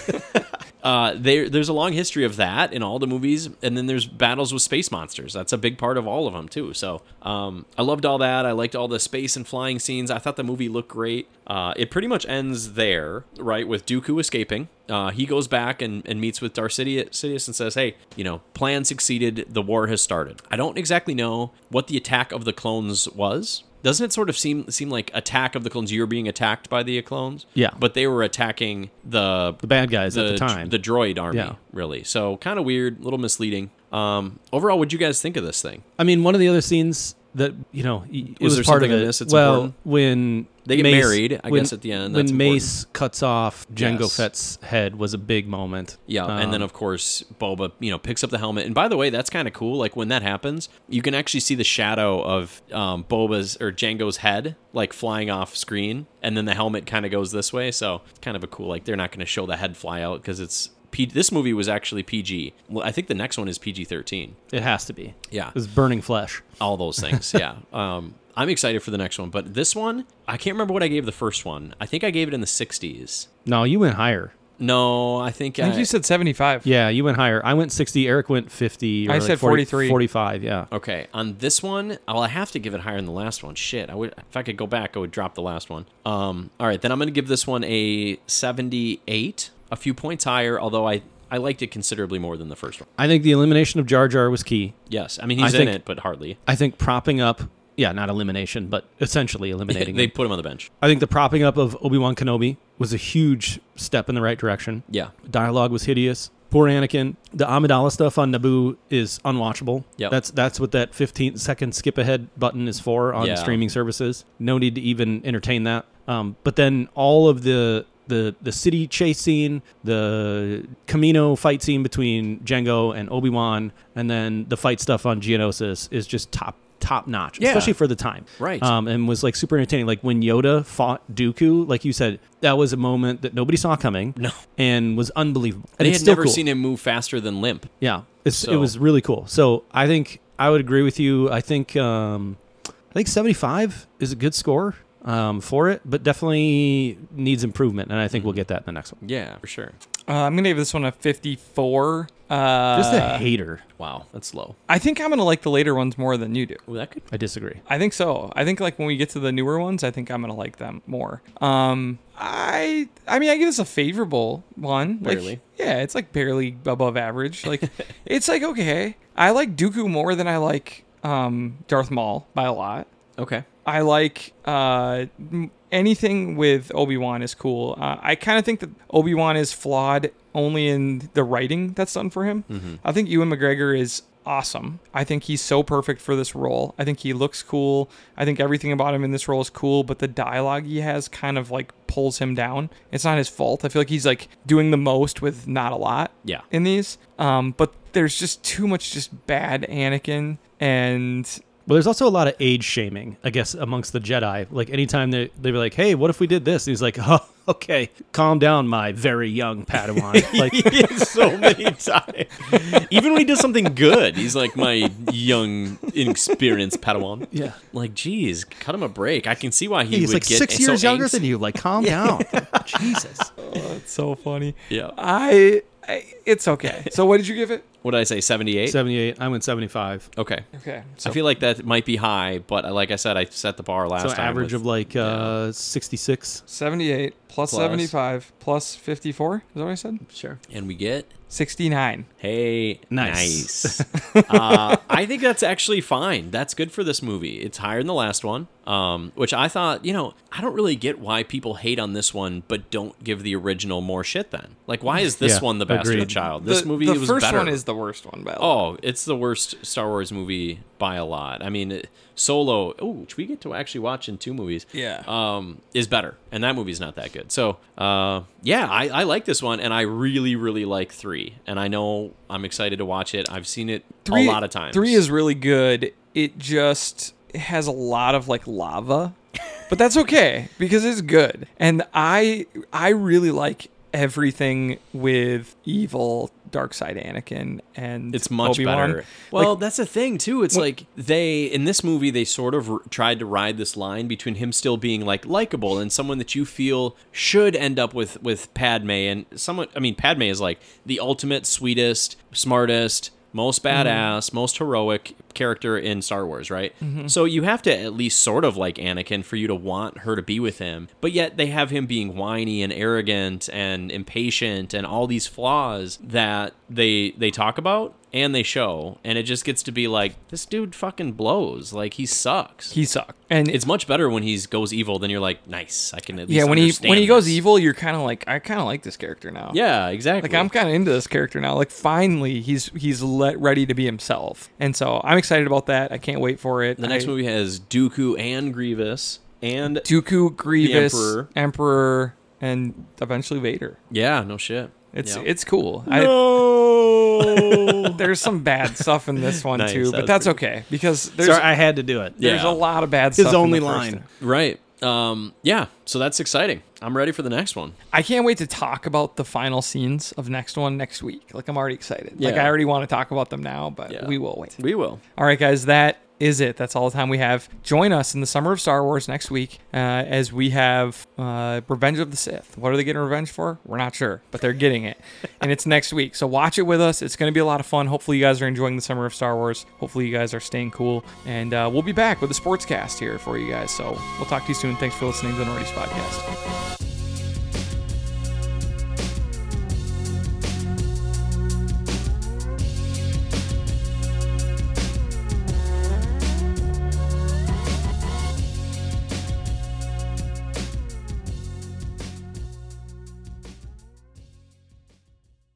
[SPEAKER 3] Uh, there, there's a long history of that in all the movies, and then there's battles with space monsters. That's a big part of all of them too. So um, I loved all that. I liked all the space and flying scenes. I thought the movie looked great. Uh, it pretty much ends there, right, with Dooku escaping. Uh, he goes back and, and meets with Darth Sidious Sidious and says, "Hey, you know, plan succeeded. The war has started. I don't exactly know what the attack of the clones was." Doesn't it sort of seem seem like attack of the clones? You're being attacked by the clones.
[SPEAKER 2] Yeah.
[SPEAKER 3] but they were attacking the
[SPEAKER 2] The bad guys at the time.
[SPEAKER 3] the droid army,
[SPEAKER 2] Yeah.
[SPEAKER 3] really. So kind of weird, a little misleading. Um, overall, what'd you guys think of this thing?
[SPEAKER 2] I mean, one of the other scenes that you know y- it was,
[SPEAKER 3] Was there
[SPEAKER 2] part of
[SPEAKER 3] something I
[SPEAKER 2] it.
[SPEAKER 3] missed that's
[SPEAKER 2] well,
[SPEAKER 3] important?
[SPEAKER 2] when
[SPEAKER 3] They get
[SPEAKER 2] Mace-
[SPEAKER 3] married, I
[SPEAKER 2] when-
[SPEAKER 3] guess, at the end,
[SPEAKER 2] when
[SPEAKER 3] that's
[SPEAKER 2] Mace cuts off Jango
[SPEAKER 3] Yes.
[SPEAKER 2] Fett's head was a big moment. Um,
[SPEAKER 3] Yeah, and then of course Boba, you know, picks up the helmet. And by the way, that's kind of cool. Like when that happens, you can actually see the shadow of um, Boba's or Django's head like flying off screen, and then the helmet kind of goes this way. So it's kind of a cool. Like they're not going to show the head fly out because it's. P- this movie was actually PG. Well, I think the next one is PG thirteen.
[SPEAKER 2] it has to be.
[SPEAKER 3] Yeah.
[SPEAKER 2] it was burning flesh.
[SPEAKER 3] all those things. yeah. Um, I'm excited for the next one, but this one, I can't remember what I gave the first one. I think I gave it in the 60s.
[SPEAKER 2] No, you went higher.
[SPEAKER 3] No, I think I,
[SPEAKER 1] I think you said 75.
[SPEAKER 2] Yeah, you went higher. I went sixty. Eric went fifty. Or
[SPEAKER 1] I
[SPEAKER 2] like
[SPEAKER 1] said
[SPEAKER 2] 40
[SPEAKER 1] 43.
[SPEAKER 2] Forty-five. Yeah.
[SPEAKER 3] Okay, on this one, well, I have to give it higher than the last one. Shit, I would if I could go back, I would drop the last one. Um, all right, then I'm gonna give this one a 78, a few points higher. Although I I liked it considerably more than the first one.
[SPEAKER 2] I think the elimination of Jar Jar was key.
[SPEAKER 3] Yes, I mean
[SPEAKER 2] I
[SPEAKER 3] he's in
[SPEAKER 2] think-
[SPEAKER 3] it, but hardly.
[SPEAKER 2] I think propping up. Yeah, not elimination, but essentially eliminating.
[SPEAKER 3] They
[SPEAKER 2] him.
[SPEAKER 3] put him on the bench.
[SPEAKER 2] I think the propping up of Obi Wan Kenobi was a huge step in the right direction.
[SPEAKER 3] Yeah,
[SPEAKER 2] Dialogue was hideous. Poor Anakin. The Amidala stuff on Naboo is unwatchable.
[SPEAKER 3] Yep.
[SPEAKER 2] That's that's what that 15 second skip ahead button is for on
[SPEAKER 3] Yeah.
[SPEAKER 2] streaming services. No need to even entertain that. Um, but then all of the the the city chase scene, the Camino fight scene between Django and Obi Wan, and then the fight stuff on Geonosis is just top top notch,
[SPEAKER 3] Yeah.
[SPEAKER 2] especially for the time.
[SPEAKER 3] Right.
[SPEAKER 2] Um, and was like super entertaining. Like when Yoda fought Dooku, like you said, that was a moment that nobody saw coming.
[SPEAKER 3] No.
[SPEAKER 2] And was unbelievable. And
[SPEAKER 3] they
[SPEAKER 2] it's
[SPEAKER 3] had
[SPEAKER 2] still
[SPEAKER 3] never
[SPEAKER 2] cool.
[SPEAKER 3] seen him move faster than limp.
[SPEAKER 2] Yeah. It's, It
[SPEAKER 3] So-
[SPEAKER 2] was really cool. So I think I would agree with you. I think um, I think 75 is a good score um, for it, but definitely needs improvement. And I think we'll get that in the next one.
[SPEAKER 3] Yeah, for sure.
[SPEAKER 1] Uh, I'm going to give this one a 54. Uh,
[SPEAKER 2] Just a hater.
[SPEAKER 3] Wow, that's low.
[SPEAKER 1] I think I'm going to like the later ones more than you do.
[SPEAKER 3] Ooh, that could
[SPEAKER 2] I disagree.
[SPEAKER 1] I think so. I think like when we get to the newer ones, I think I'm gonna like them more. Um, I I mean I give this a favorable one. Like,
[SPEAKER 3] Barely.
[SPEAKER 1] yeah, it's like barely above average. Like it's like okay. I like Dooku more than I like um Darth Maul by a lot.
[SPEAKER 3] okay.
[SPEAKER 1] I like uh, m- anything with Obi Wan is cool. Uh, I kind of think that Obi Wan is flawed only in the writing that's done for him.
[SPEAKER 3] Mm-hmm.
[SPEAKER 1] I think Ewan McGregor is awesome. I think he's so perfect for this role. I think he looks cool. I think everything about him in this role is cool, but the dialogue he has kind of like pulls him down. It's not his fault. I feel like he's like doing the most with not a lot
[SPEAKER 3] Yeah.
[SPEAKER 1] in these. Um, but there's just too much just bad Anakin and
[SPEAKER 2] Well, there's also a lot of age shaming, I guess, amongst the Jedi. Like anytime they they were like, "Hey, what if we did this?" he's like, "Oh, okay, calm down, my very young Padawan." Like,
[SPEAKER 3] so many times. Even when he does something good, he's like my young, inexperienced Padawan.
[SPEAKER 2] yeah,
[SPEAKER 3] Like, geez, cut him a break. I can see why he
[SPEAKER 2] he's
[SPEAKER 3] would
[SPEAKER 2] like
[SPEAKER 3] get
[SPEAKER 2] six
[SPEAKER 3] so
[SPEAKER 2] years younger
[SPEAKER 3] angst.
[SPEAKER 2] than you. Like, calm down, Jesus.
[SPEAKER 1] it's so funny.
[SPEAKER 3] Yeah.
[SPEAKER 1] I, I it's okay. So what did you give it?
[SPEAKER 3] What did I say? Seventy-eight.
[SPEAKER 2] Seventy-eight. I went seventy-five.
[SPEAKER 3] Okay.
[SPEAKER 1] Okay.
[SPEAKER 3] I feel like that might be high, but I- like I said, I set the bar last
[SPEAKER 2] So
[SPEAKER 3] time.
[SPEAKER 2] average
[SPEAKER 3] with-
[SPEAKER 2] of like uh, sixty-six.
[SPEAKER 1] 78 plus,
[SPEAKER 3] Plus.
[SPEAKER 1] 75 plus 54. Is that what I said?
[SPEAKER 3] sure, and we get
[SPEAKER 1] 69.
[SPEAKER 3] hey,
[SPEAKER 2] Nice.
[SPEAKER 3] nice. uh, I think that's actually fine. That's good for this movie. It's higher than the last one, um, which I thought, you know, I don't really get why people hate on this one, but don't give the original more shit. Then, like, why is this
[SPEAKER 2] Yeah,
[SPEAKER 3] one the bastard
[SPEAKER 2] agreed.
[SPEAKER 3] child? This
[SPEAKER 1] The-
[SPEAKER 3] movie
[SPEAKER 1] the
[SPEAKER 3] was
[SPEAKER 1] first
[SPEAKER 3] better.
[SPEAKER 1] one is the worst one by oh.
[SPEAKER 3] Oh, it's the worst Star Wars movie by a lot. I mean, it- Solo, oh, which we get to actually watch in two movies.
[SPEAKER 1] Yeah.
[SPEAKER 3] um, is better, and that movie's not that good. So, uh, yeah, I, I like this one, and I really, really like three. And I know I'm excited to watch it. I've seen it a lot of times.
[SPEAKER 1] Three is really good. It just has a lot of like lava, but that's okay because it's good. And I I really like everything with evil dark side Anakin and
[SPEAKER 3] It's much
[SPEAKER 1] Obi-Wan.
[SPEAKER 3] better. Well, that's the thing too. It's like they in this movie they sort of r- tried to ride this line between him still being like likable and someone that you feel should end up with with Padme and someone. I mean, Padme Mm-hmm. is like the ultimate sweetest, smartest, most badass, most heroic character in Star Wars, right?
[SPEAKER 1] Mm-hmm.
[SPEAKER 3] So you have to at least sort of like Anakin for you to want her to be with him. But yet they have him being whiny and arrogant and impatient and all these flaws that they they talk about and they show and it just gets to be like this dude fucking blows. Like he sucks.
[SPEAKER 1] He sucked. And
[SPEAKER 3] it's much better when he goes evil than you're like, nice, I can at least
[SPEAKER 1] yeah, when he when
[SPEAKER 3] understand
[SPEAKER 1] he goes
[SPEAKER 3] this."
[SPEAKER 1] evil, you're kind of like, I kind of like this character now.
[SPEAKER 3] Yeah, exactly.
[SPEAKER 1] Like I'm kind of into this character now. Like finally, he's he's let, ready to be himself, and so I'm excited about that. I can't wait for it.
[SPEAKER 3] The next
[SPEAKER 1] I-
[SPEAKER 3] movie has Dooku and Grievous and
[SPEAKER 1] Dooku, Grievous, Emperor.
[SPEAKER 3] Emperor.
[SPEAKER 1] and eventually Vader.
[SPEAKER 3] yeah, no shit.
[SPEAKER 1] It's
[SPEAKER 3] Yeah.
[SPEAKER 1] it's cool. I,
[SPEAKER 2] No.
[SPEAKER 1] there's some bad stuff in this one
[SPEAKER 3] Nice,
[SPEAKER 1] too,
[SPEAKER 3] that
[SPEAKER 1] but
[SPEAKER 3] was
[SPEAKER 1] that's
[SPEAKER 3] pretty
[SPEAKER 1] okay because there's
[SPEAKER 2] Sorry, I had to do it.
[SPEAKER 1] there's
[SPEAKER 3] Yeah.
[SPEAKER 1] a lot of bad
[SPEAKER 2] His
[SPEAKER 1] stuff. in
[SPEAKER 2] only
[SPEAKER 1] the first
[SPEAKER 2] line.
[SPEAKER 1] one.
[SPEAKER 3] right. Um yeah, so that's exciting. I'm ready for the next one.
[SPEAKER 1] I can't wait to talk about the final scenes of next one next week. Like I'm already excited. Like
[SPEAKER 3] Yeah.
[SPEAKER 1] I already want to talk about them now, but
[SPEAKER 3] Yeah.
[SPEAKER 1] we will wait.
[SPEAKER 3] We will.
[SPEAKER 1] All right, guys, that is it. That's all the time we have. Join us in the summer of Star Wars next week uh, as we have uh, Revenge of the Sith. What are they getting revenge for? We're not sure, but they're getting it. and it's next week. So watch it with us. It's going to be a lot of fun. Hopefully, you guys are enjoying the summer of Star Wars. Hopefully, you guys are staying cool. And uh, we'll be back with a sports cast here for you guys. So we'll talk to you soon. Thanks for listening to the Nordies Podcast.